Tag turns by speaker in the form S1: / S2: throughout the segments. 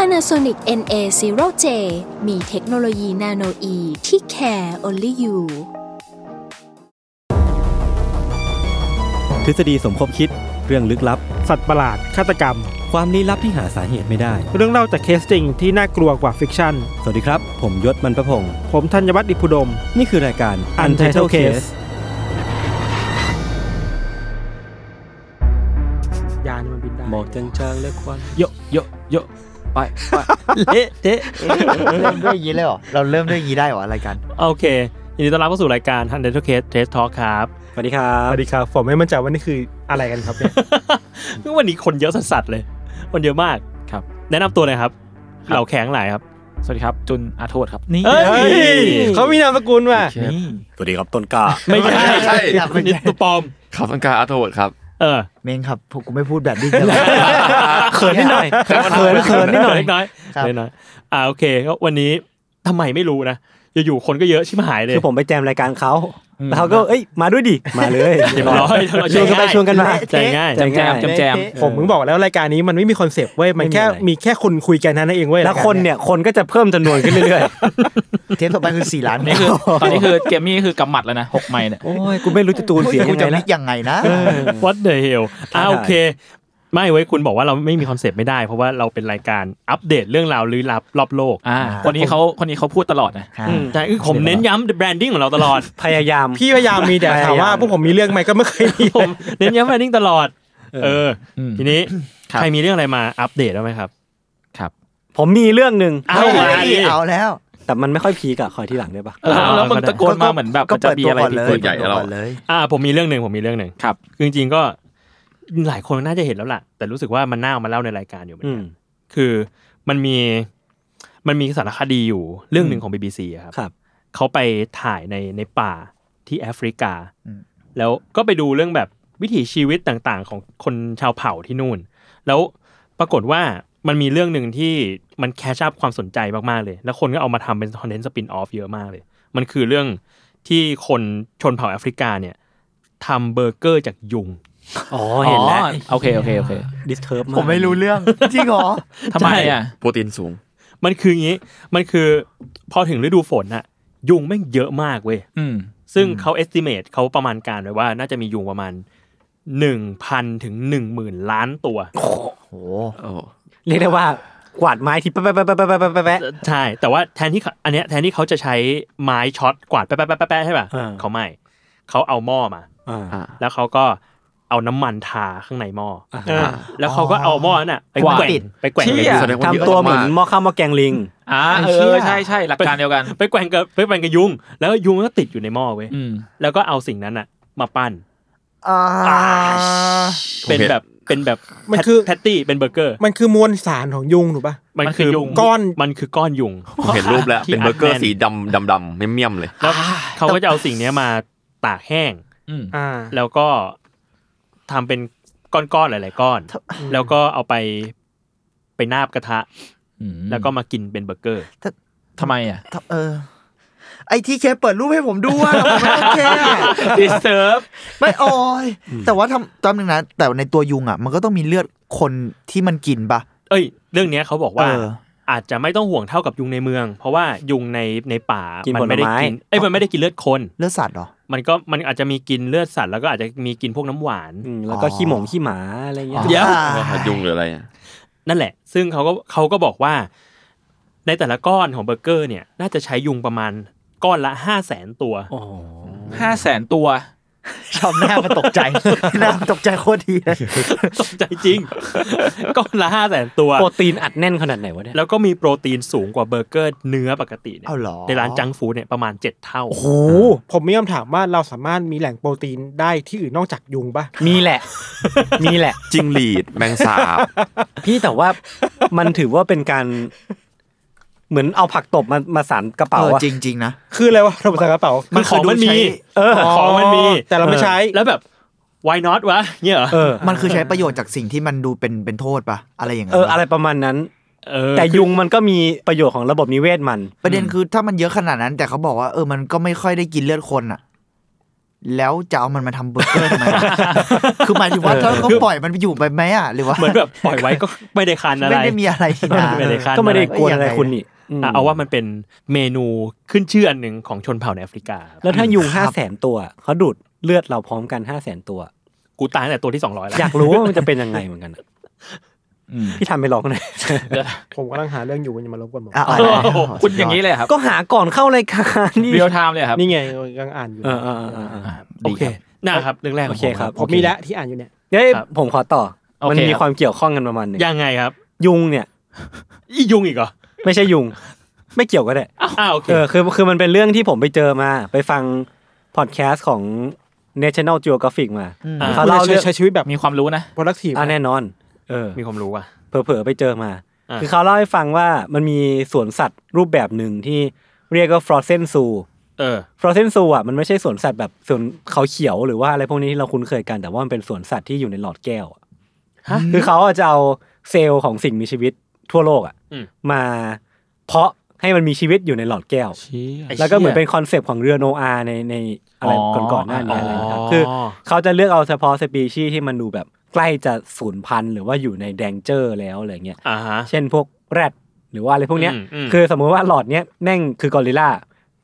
S1: Panasonic NA0J มีเทคโนโลยีนาโนอีที่ care only you
S2: ทฤษฎีสมคบคิดเรื่องลึกลับ
S3: สัตว์ประหลาด ฆาตกรรม
S2: ความลี้ลับที่หาสาเหตุไม่ได้
S3: เรื่องเล่าจากเคสจริงที่น่ากลัวกว่าฟิกชั่น
S2: สวัสดีครับ ผมยศมันประพงศ์
S3: ผมธัญวัฒน์อิพุดม
S2: นี่คือรายการ
S3: Untitled Case ยานมันบินได้
S2: หมอกจางๆและควัน
S4: โยโยโยไปไป
S2: เละเทะ
S5: เริ่มด้วยอยางนี้เลยเหรอ เราเริ่มด้วยอยางนี้ได้เหรออะไรายกัน
S4: โอเคยินดีต้อนรับเข้าสู่รายการ h u n d e d Case Test Talk ครับ
S2: สวัสดีครับ
S3: สวัสดีครับ ผมไม่มั่นใจว่านี่คืออะไรกันครับเนี่ย
S4: ซึ่ง วันนี้คนเยอะสัสๆเลย คนเยอะมาก
S6: ครับ
S4: แนะนำตัวหน่อยครับ
S6: ครับ
S4: เหล่าแข็งหลายครับ
S6: สวัสดีครับ จุนอาโทษครับ
S4: เอ้ย
S3: เฮ้ยเขามีนามสกุลว่ะ
S6: นี่
S2: สวัสดีครับต้นกล้า
S4: ไม่ใช่
S5: ไม่ใช่ครับไม่ใช่
S4: นี่ตัวปลอม
S6: ครับอังการอาโทษครับ
S4: เออ
S5: เมงครับผมกูไม่พูดแบบนี้เลย
S4: เขินนิดหน่อย
S5: เขินเขินเขินนิดหน่อย
S4: เล็กน้อย
S5: ครับ
S4: เล็กน้อยอ่าโอเคก็วันนี้ทำไมไม่รู้นะ อยู่ๆคนก็เยอะชิบหายเลย
S2: คือผมไปแจมรายการเขา
S6: อืม
S2: แล้วเขาก็เอ้ยมาด้วยดิมาเลย
S4: เรียบร้อยเรา
S2: ชวนกันไป
S4: ง่าย
S2: ชวนกันมา
S4: ใจง่าย
S6: แจมแจมแจมแจม
S3: ผมมึงบอกแล้วรายการนี้มันไม่มีคอนเซปต์เว้ย มันแค่
S2: ไม่มีอะไร
S3: มีแค่คนคุยกันนั่นเองเว้ย
S2: แล้วคนเนี่ยคนก็จะเพิ่มจำนวนขึ้นเรื่อย
S5: เทปต่อไปคือสี่ล้าน
S6: นี่คือ ตอนนี้คือเกมมี่คือกำหมัดแล้วนะหกไม้เนี่ย
S2: ๆ โอ้ยกูไม่รู้จะจูนเสียง
S5: กู
S2: ยังไง
S5: จะ
S2: แล้
S5: ลิ
S2: ว
S5: กยังไงนะ
S4: What the hell อ่า
S2: ได้
S4: โอเค ไม่ไว้ยคุณบอกว่าเราไม่มีคอนเซปต์ไม่ได้ เพราะว่าเราเป็นรายการอัปเดตเรื่องราวลี้ลับรอบโลก
S6: อ่า คนนี้เขาคนนี้เขาพูดตลอดนะ
S5: ฮะ
S4: แต่คือผมเน้นย้ำแบรนดิ้งของเราตลอด
S2: พยายาม
S3: พี่พยายามมีแต่
S2: พยายาม
S3: ถามว่าพวกผมมีเรื่องไหมก็ไม่เคยมี
S4: ผม เน้นย้ำแบรนดิ้งตลอด เอออ
S6: ม
S4: ทีนี้
S6: ครับ
S4: ใครมีเรื่องอะไรมาอัปเดตบ้างไหมครับ
S2: ผมมีเรื่องหนึ่ง
S4: เอามาดิ
S5: เอาแล้ว
S2: แต่มันไม่ค่อยพีกอะคอยที่หลังได้ปะ
S6: เออแล้วมึงตะโกนมาเหมือนแบบมันจะมีอะไร
S5: ก่อน
S6: ผิด
S5: เลย
S6: กฎหมาย
S5: เปิดตัวก่อนเลย
S4: อ่าผมมีเรื่องหนึ่งผมมีเรื่องหนึ่ง
S6: ครับ
S4: อจริงๆก็หลายคนน่าจะเห็นแล้วล่ะ แต่รู้สึกว่ามันน่าเอามาเล่าในรายการอยู่เหมือน
S2: อื
S4: กั
S2: ม
S4: นคือมันมีมันมีสารคดีอยู่เรื่องหนึ่งของ BBC อะครับ
S2: ครับ
S4: เขาไปถ่ายในในป่าที่แอฟริกา
S5: อืม
S4: แล้วก็ไปดูเรื่องแบบวิถีชีวิตต่างๆ ของคนชาวเผ่าที่นู่น แล้วปรากฏว่ามันมีเรื่องหนึ่งที่มันแคชชัพความสนใจมากๆเลย แล้วคนก็เอามาทำเป็นคอนเทนต์สปินออฟเยอะมากเลย มันคือเรื่องที่คนชนเผ่าแอฟริกาเนี่ยทำเบอร์เกอร์จากยุง
S2: อ๋อเห็นแล้ว
S6: อ๋อโอเคโอเคโอเค
S2: ดิสเทิร์บ
S5: ผมไม่รู้เรื่องจริงเหรอ
S6: ทำไมอ่ะ
S7: โปรตีนสูง
S4: มันคืออย่างนี้ มันคือพอถึงฤดูฝนน่ะ ยุงแม่งเยอะมากเว้ย
S6: อืม
S4: ซึ่งเขา estimate เขาประมาณการไว้ว่า น่าจะมียุงประมาณหนึ่งพันถึงหนึ่งหมื่นล้านตัว
S5: โห
S7: โอ้
S2: เรียกได้ว่ากวาดไม้ที่แปะแปะแปะแปะแปะแปะแปะ
S4: ใช่ แต่ว่าแทนที่เขาอันเนี้ยแทนที่เขาจะใช้ไม้ช็อตกวาดแป๊ะแป๊ะแป๊ะแป๊ะแป๊ะใช่ป่ะ
S2: อ่า
S4: เขาไม่เขาเอาหม้อมา
S2: อ่า
S7: อ่า
S4: แล้วเขาก็เอาน้ำมันทาข้างในหม้ออา เออแล้วเขาก็เอาหม้อนั่นน่ะไป
S6: กวาด
S4: แกว่งไปแกว่งกับ
S6: เชี่ย
S4: ยุง
S7: แสดงว่าเยอะ
S2: ทำตัวเหมือน
S7: มาก
S2: หม้อข้าวหม้อแกงลิง
S6: อ่าเออใช่ใช่หลักการเดียวกัน
S4: ไปแกว่งกับไปแกว่งกับยุง แล้วยุงก็ติดอยู่ในหม้อเว้ย
S6: อืม
S4: แล้วก็เอาสิ่งนั้นน่ะ มาปั้น
S5: อ่า
S7: ผม
S4: เป็น
S7: เห็น
S4: แบบเป็นแบบ
S3: มันคือ
S4: แพตตี้เป็นเบอร์เกอร์
S3: มันคือมวลสารของยุงถูกปะ
S4: มัน
S6: มันคื
S4: คือ
S6: อยุง
S3: ก้อน
S4: มันคือก้อนยุง
S7: ผมเห็นรูปแล้ว
S4: ที่
S7: เป็นเบอร์เกอ
S4: อั
S7: ร์
S4: ดแน่น
S7: สีดำดำดำเมี่ยมๆเลย
S4: แล้วเขาก็จะเอาสิ่งเนี้ยมาตากแห้ง
S6: อืม
S3: อ่า
S4: แล้วก็ทำเป็นก้อนๆหลาย ๆ ก้อน แล้วก็เอาไปไปนาบกระทะ แล้วก็มากินเป็นเบอร์เกอร์
S6: ทำไมอ่ะ
S5: เออ ไอที่แค่เปิดรูปให้ผมดูอะ ผมไม่ต้องแค่
S4: disturb
S5: ไม่โอ้ยแต่ว่าทำตอนนึงนะ แต่ในตัวยุงอ่ะ มันก็ต้องมีเลือดคนที่มันกินปะ
S4: เอ้ย เรื่องเนี้ยเขาบอกว่า
S5: เออ
S4: อาจจะไม่ต้องห่วงเท่ากับยุงในเมือง เพราะว่ายุงในในป่า
S2: กิน
S4: มั
S2: ผลไม้
S4: ไม่ได้กินเอ้ยมันไม่ได้กินเลือดคน
S5: เลือดสัตว์เหรอ
S4: มันก็มันอาจจะมีกินเลือดสัตว์แล้วก็อาจจะมีกินพวกน้ำหวาน
S2: อืมแล้วก็
S5: อ๋อ
S2: ขี้หมงขี้หมาอะไรเงี้ย
S4: เดี๋ยว
S7: ยุงหรืออะไรอ่ะ
S4: นั่นแหละ ซึ่งเขาก็เขาก็บอกว่า ในแต่ละก้อนของเบอร์เกอร์เนี่ย น่าจะใช้ยุงประมาณก้อนละห้าแสนตัว
S2: โอ้โห
S6: ห้าแสนตัว
S5: ชอบหน้ามันตกใจ หน้ามันตกใจโคตรดี เลย
S4: ตกใจจริง ก้อนละห้าแสนตัว
S2: โปรตีนอัดแน่นขนาดไหนวะเนี่ย
S4: แล้วก็มีโปรตีนสูงกว่าเบอร์เกอร์เนื้อปกติเนี่ย
S5: เอาเหรอ
S4: ในร้านจังก์ฟู้ดเนี่ยประมาณ 7 เท่า
S3: โอ้โหผมมีคำถามว่าเราสามารถมีแหล่งโปรตีนได้ที่อื่นนอกจากยุงปะ
S2: มีแหละ มีแหละ
S7: จิงหรีด แมงสาบ
S2: พี่แต่ว่ามันถือว่าเป็นการ
S8: เหมือนเอาผักตบมามาสานกระเป๋า
S5: เออ
S8: อะ
S5: จริง ๆ นะ
S3: คืออะไรวะระบบใส่กระเป๋า
S4: มันของมันมี
S8: เออ
S4: ของมันมี
S3: แต่เราไม่ใช้
S4: แล้วแบบ why not วะเงี้ยเหรอ
S8: เออ
S5: มันคือใช้ประโยชน์จากสิ่งที่มันดูเป็นเป็นโทษปะอะไรอย่าง
S8: เอ
S5: เงี้
S8: อย อะไรประมาณนั้น
S4: เออ
S8: แต่
S4: คือ
S8: ยุงมันก็มีประโยชน์ของระบบนิเวศมัน
S5: ประเด็นคือถ้ามันเยอะขนาดนั้น แต่เขาบอกว่าเออมันก็ไม่ค่อยได้กินเลือดคนอ่ะ แล้วจะเอามันมาทำเบอร์เกอร์ทำไหม คือหมายถึงว่าถ้าเขาปล่อยมันไปอยู่ไปไหมอ่ะหรือว่า
S4: เหมือนแบบปล่อยไว้ก็ไม่ได้คันอะไร
S5: ไม่ได้มีอะไรที่นะ
S4: ไม่ได้คัน
S8: ก็ไม่ได้กวนอะไร
S5: เออ
S8: คุณนี่ม
S4: อ่ะเอาว่ามันเป็นเมนูขึ้นชื่ออันหนึ่งของชนเผ่าในแอฟริกา
S8: แล้วถ้ายุงห้าแสนตัวเขาดูดเลือดเราพร้อมกันห้าแสนตัว
S4: กูตายตั้งแต่ตัวที่สองร้อยแล้ว
S8: อยากรู้ว่ามันจะเป็นยังไงเหมือนกันอะพี่ทำไปลองหน่อย
S3: ผมกำลังหาเรื่องอยู่มันจะมารบกวนผม
S5: อ่ะอ่ะ
S6: โอ้โหคุณอย่างนี้
S5: นี้
S6: เลยครับ
S8: ก็หาก่อนเข้ารายการนี่
S6: เรียลไทม์เลยครับ
S3: นี่ไงกำลังอ่านอยู่
S8: เออเออเออเออ
S6: อ่ะ
S4: โอ
S6: ดี
S4: เคนะครับเรื่องแรกข
S8: โอ
S4: อง
S8: เค
S4: ผม
S8: ค
S4: ค
S8: รั
S4: รับ บ
S3: ผมมีแล้วที่อ่านอยู่เนี่ย
S8: เอ้ย
S4: ครับ
S8: ผมขอต่อ
S6: โอ
S8: มัน
S6: เค
S8: มี
S6: รับ
S8: ความเกี่ยวข้องกันประมาณหนึง
S4: ยังไงครับ
S8: ยุงเนี่ย
S4: อียุงอีกเหรอ
S8: ไม่ใช่ยุง ไม่เกี่ยวก็ได้
S4: อ้าวโอเค
S8: เออคือคือมันเป็นเรื่องที่ผมไปเจอมา ไปฟังพอดแคสต์ของ National Geographic มา
S4: อ่ะ
S8: เขาเล่าเรื่อง
S3: ใช้ชีวิตแบบ
S6: มีความรู้นะ
S3: productive
S8: อ่ะแน่นอน เออ
S4: มีความรู้อ่ะ
S8: เผลอๆไปเจอมา
S4: อ่ะ
S8: คือเขาเล่าให้ฟังว่ามันมีสวนสัตว์รูปแบบหนึ่งที่เรียกว่า frozen zoo
S4: เออ
S8: frozen zoo อ่ะมันไม่ใช่สวนสัตว์แบบสวนเขาเขียวหรือว่าอะไรพวกนี้ที่เราคุ้นเคยกัน แต่ว่ามันเป็นสวนสัตว์ที่อยู่ในหลอดแก้วอ่ะคือเขาอ่ะจะเอาเซลล์ของสิ่งมีชีวิตทั่วโลกอ่ะ
S4: อืม
S8: มาเพาะให้มันมีชีวิตอยู่ในหลอดแก้ว แล้วก็เหมือนเป็นคอนเซปต์ของเรือโนอาในในอะไร
S6: อ๋อ
S8: ก่อนๆหน้านี้อะไรนะครับ
S4: อ๋อ
S8: คือเขาจะเลือกเอาเฉพาะสปีชีส์ที่มันดูแบบใกล้จะสูญพันธุ์หรือว่าอยู่ในแดงเจอร์แล้วอะไรเงี้ย
S4: อ่าฮะ
S8: เช่นพวกแรดหรือว่าอะไรพวกเนี้ย
S4: อืมอืม
S8: คือสมมุติว่าหลอดเนี้ยแม่งคือกอริลลา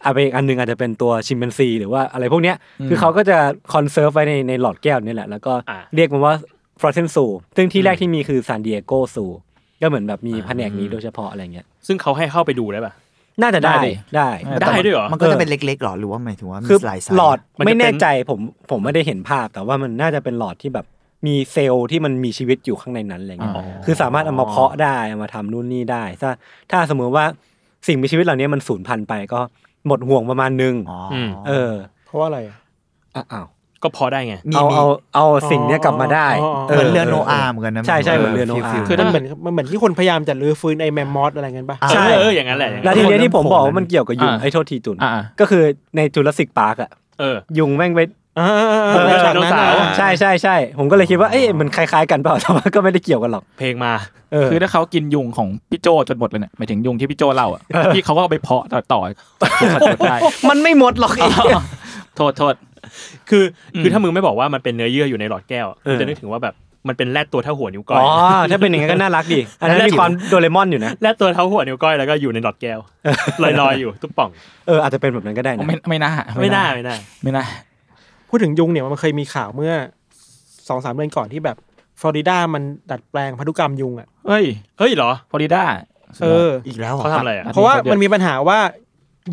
S8: เอาไปอีกอันหนึงอาจจะเป็นตัวชิมแปนซีหรือว่าอะไรพวกเนี้ย คือเขาก็จะคอนเซิร์ฟไว้ในในหลอดแก้วนี่แหละ แล้วก็เรียกมันว่าฟรอเซนซูซึ่งที่แรกที่มีคือซานดิเอโกซูก็เหมือนแบบมีแผนกนี้โดยเฉพาะอะไรเงี้ย
S4: ซึ่งเขาให้เข้าไปดูได้ป่ะ
S8: น่าจะได้
S6: ได้ดิ
S8: ได้
S4: ได้ด้วยเหรอ
S5: มันก็จะเป็นเล็กๆหรอหรือว่าหมายถึงว่ามี
S8: คือ
S5: สายสาย
S8: หลอด
S4: มันจะเป็น
S8: ไม่แน่ใจผมผมไม่ได้เห็นภาพ แต่ว่ามันน่าจะเป็นหลอดที่แบบมีเซลล์ที่มันมีชีวิตอยู่ข้างในนั้นอะไรเงี้ย
S5: อ๋อ
S8: คือสามารถเอามาเพาะได้เอามาทำนู่นนี่ได้ ถ้าถ้าสมมุติว่าสิ่งมีชีวิตเหล่านี้มันสูญพันธุ์ไปก็หมดห่วงประมาณนึง
S5: อ๋อ
S4: ม
S8: เออ
S3: เพราะว่าอะไรอะ
S8: อ่ะอ้าว
S4: ก็พอได้ไง
S5: มี
S8: เอา
S5: มี
S8: เอาเอาสิ่งเนี้ยกลับมาได้
S3: อ๋ออ๋อ
S5: เหมือนเรือโนอา
S8: เ
S5: เหมือนกันนะ
S8: ใช่ใช่เหมือนเรือโนอา
S5: ฟิลๆ
S3: คือมันเหมือนมันเหมือนที่คนพยายามจะรื้อฟื้นไอ้แมมมอสอะไรเงี้ยป่ะ
S5: อ่ะ
S8: ใช่
S4: เอออย่างนั้นแหละอย่าง
S8: แล้ว
S4: นั้น
S8: ทีเนี้ยที่ผมบอกว่ามันเกี่ยวกับยุง
S6: อ่ะ
S8: ไอ้โทษทีจุน
S6: อ่า
S8: ก็คือในจูราสสิกพาร์กอะ
S4: เออ
S8: ยุงแม่งไป
S3: อ่า
S8: เออ
S3: ฉากนั้นอะ
S4: ไดโนเสาร์
S8: ใช่ใช่ใช่ผมก็เลยคิดว่าเอ๊ะมันคล้ายๆกันเปล่าแต่ ว่าก็ไม่ได้เกี่ยวกันหรอก
S4: เพลงมา
S8: เออ
S6: คือถ้าเขากินยุงของพี่โจจนหมดเลยเนี่ยหมายถึงยุงที่พี่โจเล่าอ่ะพี่เขาก็เอาไปเพาะต่อต่อได้
S8: มันไม่หมดหรอกไอ้
S6: โทษโทษ
S4: คืออ
S6: ม
S4: คือถ้ามึงไม่บอกว่ามันเป็นเนื้อเยื่ออยู่ในหลอดแก้ว
S8: เออ
S4: จะนึกถึงว่าแบบมันเป็นแรดตัวเท่าหัวนิ้วก้อ
S8: อ๋
S4: ย
S8: อ ถ้าเป็นอย่างนั้นก็น่ารักดี อันนั้นมีความโดเรมอนอยู่นะ
S4: แรดตัวเท่าหัวนิ้วก้อยแล้วก็อยู่ในหลอดแก้วลอยๆอยู่ตุ๊บป่อง
S8: เอออาจจะเป็นแบบนั้นก็ได้นะ
S6: ไม่ไม่น่า
S4: ไม่น่าไม่น่า
S6: ไม่น่า
S3: พูดถึงยุงเนี่ยมันเคยมีข่าวเมื่อสองสามเดือนก่อนที่แบบฟลอริดามันดัดแปลงพันธุกรรมยุงอ่ะ
S6: เฮ้ย
S4: เฮ้ยเหรอ
S6: ฟลอริดา
S3: เออ
S5: อีกแล้ว
S4: เขาทำอะไรอ่ะ
S3: เพราะว่ามันมีปัญหาว่า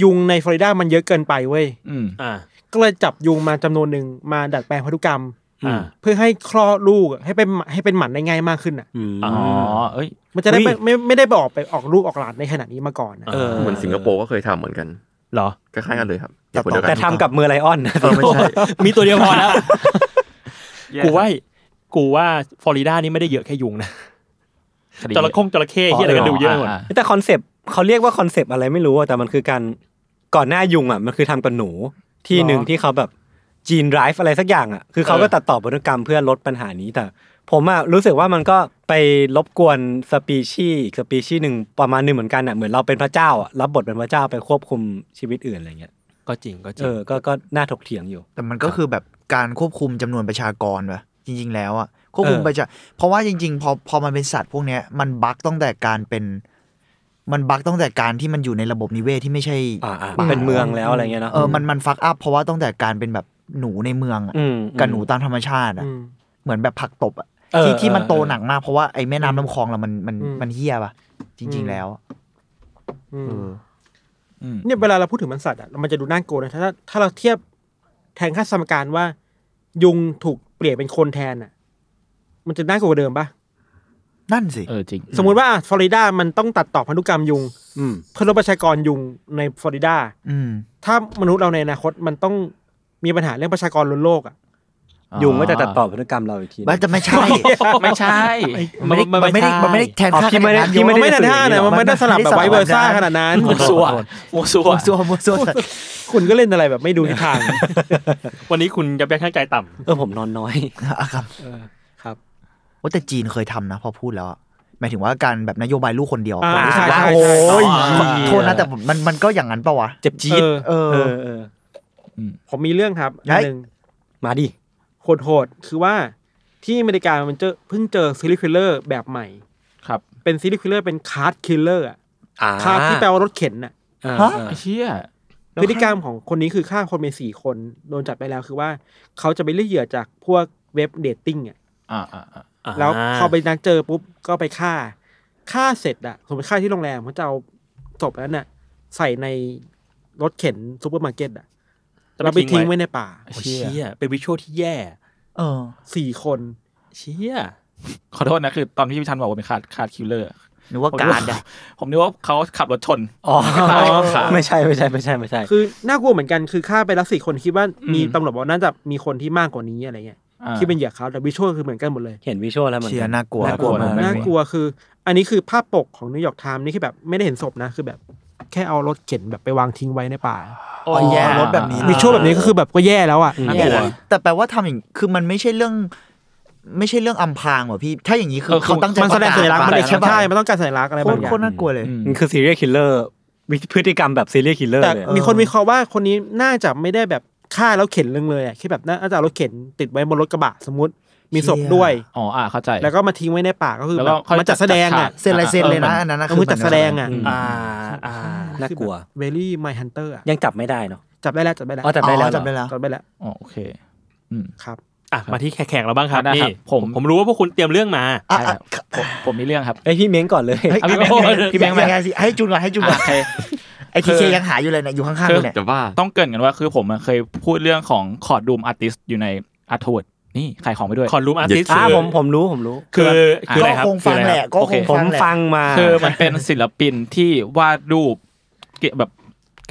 S3: ยุงในฟลอริดามันเยอะเกินไปเว้ย
S6: อืม
S4: อ่า
S3: ก็เลยจับยุงมาจำนวนหนึ่งมาดัดแปลงพันธุกรรม
S4: อ่า
S3: เพื่อให้คลอดลูกอะให้เป็นหมาให้เป็นหมันได้ง่ายมากขึ้นอ่ะ
S6: อ๋อ เอ้ย
S3: มันจะได้ไม่
S8: อุ๊ย
S3: ไม่ไม่ได้ไปออกไปออกลูกออกหลานในขนาดนี้มาก่อนนะ
S8: เออ
S7: เหมือนสิงคโปร์ก็เคยทำเหมือนกัน
S4: เหรอ
S7: คล้ายๆกันเลยครับ
S5: แต่
S7: เหตุผล
S5: ต่อ
S7: เดียวกัน
S8: แต่ทำกับมือไลออนนะ
S7: เออไม่ใช่
S4: มีตัวเดียวพอแล้ว กูว่ากูว่าฟลอริดานี่ไม่ได้เยอะแค่ยุงนะจระเข้งจระเข้ที่อะไรก็ดูเยอะหมด
S8: แต่คอนเซปต์เขาเรียกว่าคอนเซปต์อะไรไม่รู้อะแต่มันคือการก่อนหน้ายุงอ่ะมันคือทำกับหนู ที่หนึ่งที่เขาแบบจีนไรฟ์อะไรสักอย่างอ่ะคือเขาก็
S4: เออ
S8: ตัดต่อพันธุกรรมเพื่อลดปัญหานี้แต่ ผมอ่ะรู้สึกว่ามันก็ไปรบกวนสปีชีส์อีกสปีชีส์หนึ่งประมาณหนึงเหมือนกันอ่ะเหมือนเราเป็นพระเจ้าอะรับบทเป็นพระเจ้าไปควบคุมชีวิตอื่นอะไรเงี้ย
S4: ก็จริงก็จริ
S8: เอง อ ก็ ก็น่าถกเถียงอยู่
S5: แต่มันก็คือแบบการควบคุมจำนวนประชากรวะจริง ๆ แล้วอะควบคุม
S8: เออ
S5: ประชาเพราะว่าจริง ๆ พอพอมันเป็นสัตว์พวกเนี้ย มันบั๊กตั้งแต่การเป็น มันบั๊กตั้งแต่การที่มันอยู่ในระบบนิเวศที่ไม่ใช่
S8: อ่าอ่า
S5: ป่า
S8: เป็นเมืองแล้วอะไรเงี้ยเนาะ
S5: เออมันมันฟักอัพเพราะว่าตั้งแต่การเป็นแบบหนูในเมืองอะ
S8: อืม
S5: กับหนูตามธรรมชาติอะ
S3: อืม
S5: เหมือนแบบผักตบอะ
S8: เออ
S5: ที่ที่
S8: เออ
S5: มันโต
S8: เออ
S5: หนักมากเพราะว่าไอ้แม่น้ำลำคลองเรามันมัน
S3: อืม
S5: มันเฮี้ยปะจริง ๆ แล้ว
S3: อืม
S6: อืม
S3: เนี่ยเวลาเราพูดถึงมันสัตว์อ่ะมันจะดูน่ากลัวนะถ้าถ้าเราเทียบแทนค่าสมการว่า ยุงถูกเปลี่ยนเป็นคนแทนอ่ะ มันจะน่ากลัวกว่าเดิมปะ
S5: นั่นสิ
S6: เออจริง
S3: สมมุติว่าอ่ะฟลอริดามันต้องตัดต่อพันธุกรรมยุง
S8: อืม
S3: เพื่อลดประชากรยุงในฟลอริดา
S5: อืม
S3: ถ้ามนุษย์เราในอนาคตมันต้องมีปัญหาเรื่องประชากรล้นโลกอ่ะ
S8: ยุงก็จะตัดต่อพันธุกรรมเราอีกทีหนึ่ง
S5: มันจะไม่ใช่
S6: ไม่ใช่
S5: มันไม่มันไม่ได้มันไม่ได้แทนค่า
S3: พี่ไม่ได้
S5: คะแนน
S3: พี่ไม่
S5: โย
S3: ได้
S5: น
S3: ท่านะมันไม่ได้สลับแบบไวเวอร์ซ่าขนาดนั้น
S6: มัวซัวมัวซัว
S5: มัวซัวมัวซัว
S3: คุณก็เล่นอะไรแบบไม่ดูทิศทาง
S4: วันนี้คุณยับยั้งชั่งใจต่ำ
S8: เออผมนอนน้อย
S5: อ่ะครับ
S3: ครับ
S5: โอ้แต่จีนเคยทำนะ พอพูดแล้วอะหมายถึงว่าการแบบนโยบายลูกคนเดียวอะ
S3: อ่า
S5: ผมรู้สึก
S3: ใช่
S5: ว่า
S3: ใช่
S5: โอ้
S3: ใช่
S5: ยโทษนะแต่ผมมันมันก็อย่างนั้นปะวะ
S8: เจ็บจี๊ด
S3: เออ
S5: เออ
S8: เออเออ
S3: ผมมีเรื่องครับ
S5: เฮ้
S3: อัน
S5: ย
S3: หนึ่ง
S8: มาดิ
S3: โหดๆคือว่าที่อเมริกามันเจอเพิ่งเจอซีรีส์คิลเลอร์แบบใหม่
S6: ครับ
S3: เป็นซีรีส์คิลเลอร์เป็นคาร์ดคิลเลอร์อะ
S8: อ่า
S3: คาร์ดที่แปลว่ารถเข็นน่ะ
S5: ฮะ
S6: ไอ้เชี่ย
S3: พฤติกรรมของคนนี้คือฆ่าคนเป็นสี่คนโดนจับไปแล้วคือว่าเขาจะไปเลือกเหยื่อจากพวกเว็บเดทติ้งอ่ะ
S6: อ่าอ่าอ่า
S4: อ่า
S3: แล้วพอไปนัดเจอปุ๊บก็ไปฆ่าฆ่าเสร็จอ่ะสมมติฆ่าที่โรงแรมเขาจะเอาศพนั้นน่ะ ใส่ในรถเข็นซูเปอร์มาร์เก็ตอ่ะแล้วไปทิ้งไว้ในป่า
S4: โอ้ยเชี่ยเป็นวิชวลที่แย่
S5: เออ
S3: สี่คน
S4: เชี่ย
S6: ขอโทษนะคือ ตอนที่พี่ชันบอกว่าเป็นคาดคาดคิลเลอร์
S5: นึกว่าการอะ
S6: ผมนึกว่าเขาขับรถชน
S8: อ๋อ
S6: ตายขา
S8: ไม่ใช่ไม่ใช่ไม่ใช่ไม่ใช่
S3: คือน่ากลัวเหมือนกันคือฆ่าไปแล้วสี่คนคิดว่ามี
S6: อืม
S3: ตำรวจบอกน่าจะมีคนที่มากกว่านี้อะไรเงี้ย
S6: อ่า
S3: ที่เป็นเหยื่อเขาแต่วิชวลคือเหมือนกันหมดเลย
S8: เห็นวิชวลแล้วมัน
S5: เชียน่ากลัว
S8: น่ากลัวมาก
S6: แบบนี้
S3: น่ากลัวคือ อันนี้คือภาพปกของนิวยอร์กไทม์นี่คือแบบไม่ได้เห็นศพนะ คือแบบแค่เอารถเข็นแบบไปวางทิ้งไว้ในป่า
S6: โอ้
S5: แย่รถแบบนี้
S3: วิชวลแบบนี้ก็คือแบบก็แย่แล้วอ่ะ
S6: น่า
S5: แย่
S6: กลัว
S5: แต่แปลว่าทำอย่างคือมันไม่ใช่เรื่อง ไม่ใช่เรื่องอำพรางว่ะพี่ ถ้าอย่างนี้คือ
S6: เออ
S5: เขาตั้งใจ
S3: มันแสดงสัญลักษณ์มัน
S5: ปะ
S3: เด็ก
S5: กาศ
S3: ใช่ใช่มันต้องการสัญลักษณ์อะไร
S5: โค
S3: บาง
S5: ตร
S3: อย่า
S5: โคตรง น่ากลัวเลย
S6: อืม
S8: มันคือซีเรียลคิลเลอร์พฤติกรรมแบบซีเรียลคิลเลอร์
S3: แต่
S8: เลย
S5: ออ
S3: มีคนวิเคราะห์ว่าคนนี้น่าจะไม่ได้แบบฆ่าแล้วเข็นลงเลยอ่ะแค่แบบน่าจะเอารถเข็นติดไว้บนรถกระบะสมมติมีศพด้วย
S6: อ๋ออ่าเข้าใจ
S3: แล้วก็มาทิ้งไว้ในป่าก็คือ
S6: แล้ว
S3: แบ
S6: ก็
S3: บ
S6: ค่อย
S3: มันจัดแสดงอ่ะ
S6: จัดฉาก
S5: เซ็นลายเซ็นเลยนะอันนั้นนะ
S3: มันจัดแสดงอ่ะ
S4: อ่าอ่า
S8: น่ากลัว
S3: เวลี่ไมฮันเตอร์อะ
S8: ยังจับไม่ได้เนาะ
S3: จับได้แล้วจับได้แล้ว
S8: อ๋อจับ
S5: อ๋
S8: ได้แล้
S5: อ
S8: วเหรอ
S5: จำได้แล้ว
S3: จับได้แล้ว
S6: อ๋อโอเค อืม
S3: ครับ
S4: อ่ะมาที่แขกๆเราบ้างครับ
S6: ได้
S4: นี่
S6: ครับ
S4: ผ
S6: ผม ม
S4: ผมรู้ว่าพวกคุณเตรียมเรื่องมา
S5: อ่ะ
S6: ใช่ครับผมผมมีเรื่องครับ
S8: ไอยพี่เม้งก่อนเลย
S5: เฮ้ย
S6: เอาพี่
S5: พี่
S6: แบ
S5: แบง
S6: งค์
S5: ค์
S6: พี่แบงค์
S5: ยังไงสิให้จุนก่อนให้จุนก่อน
S6: โอเค
S5: ไอที
S6: คื
S5: เค
S6: อ
S5: ยังหาอยู่เลยเนี่ยอยู่ข้างๆเลยเนี่ย
S7: จะว่า
S6: ต้องเกรินกันว่าคือผมอะเคยพูดเรื่องของคอร์ดดูมอาร์ติสอยู่ในอาร์ทเวิร์ดนี่ขายของไปด้วย
S4: คอนรูมอาร์ติส
S8: อ่าผมผมรู้ผมรู้
S4: คือคืออะไรครับ
S5: ก็คงฟังแหละก็
S6: โอ
S5: ค
S6: เค
S5: ง
S8: ผม
S5: ฟังแหละ
S8: ฟังมา
S6: คือมันเป็นศิลปินที่วาดรูปเกี่ยวแบบ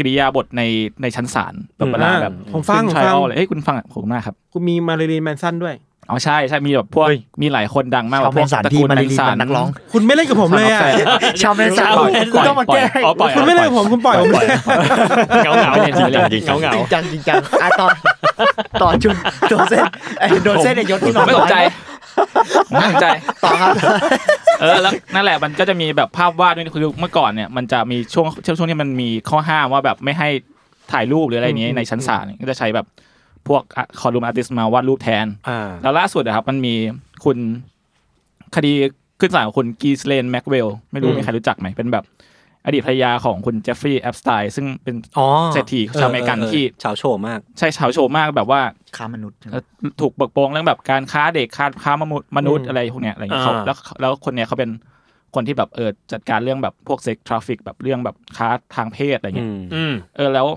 S6: กริยาบทในในชั้นศาลแบบเวลาแบบ
S3: ผมฟัง
S6: ขึ้
S3: ผม
S6: นทร
S3: ฟัง
S6: อัลเลยเอ้ยคุณฟังอะผมหน้าครับ
S3: คุณมีมาริลีนแมนซันด้วย
S6: อ๋อใช่ใช่มีแบบพวกมีหลายคนดังมาก
S5: ชาว
S6: พ
S5: แม
S6: วก
S5: นสัน
S6: ตระ
S5: พี่
S6: กูล
S5: มา
S6: แม
S5: ลี
S6: น
S5: ลี
S6: สัน
S5: นักร้อง
S3: คุณไม่เล่นกับผมเลยอ่ะ
S5: ชาวแมนสัน
S6: ชาวแมนสัน
S5: ต้องมาแก้ให้
S4: อ๋อปล่อย
S3: คุณไม่เล่นกับผมคุณปล่อยผมเลย
S4: เงาเงาเงาเงา
S5: จริงจังจริงจังอ่ะต่อ ต่อจุนโดนเส้นไอ้โดนเส้นเนี่ยยศที่นอน
S6: ไม่สนใจไม่สนใจ
S5: ต่อครับ
S6: เออแล้วนั่นแหละมันก็จะมีแบบภาพวาดด้วยคือเมื่อก่อนเนี่ยมันจะมีช่วงช่วงช่วงที่มันมีข้อห้ามว่าแบบไม่ให้ถ่ายรูปหรืออะไรอย่างนี้ในชั้นศาลก็จะใช้แบบพวกคอลูมอาร์ติสมาวาดรูปแทน
S8: อ่า
S6: แล้วล่าสุดนะครับมันมีคุณคดีขึ้นศาลของคุณกีสเลนแม็กเวลไม่รู้มีใครรู้จักไหมเป็นแบบอดีตภรรยาของคุณเจฟฟรีย์แอปสไตน์ซึ่งเป็น
S8: อ๋อ
S6: เศรษฐีชาวอเมริกันที่
S8: เออเออเออชาวโฉมมาก
S6: ใช่ชาวโชว์มากแบบว่า
S5: ค้ามนุษย์
S6: เอ่อถูกเบิกโปงเรื่องแบบการค้าเด็กค้าค้ามนุษย์มนุษย์อะไรพวกเนี้ยอะไรอย่างเงี้ยเขาแล้วแล้วคนเนี้ยเขาเป็นคนที่แบบเออจัดการเรื่องแบบพวกเซ็กทราฟิกแบบเรื่องแบบค้าทางเพศอะไรเงี้ย
S4: อืม
S6: เออแล้ว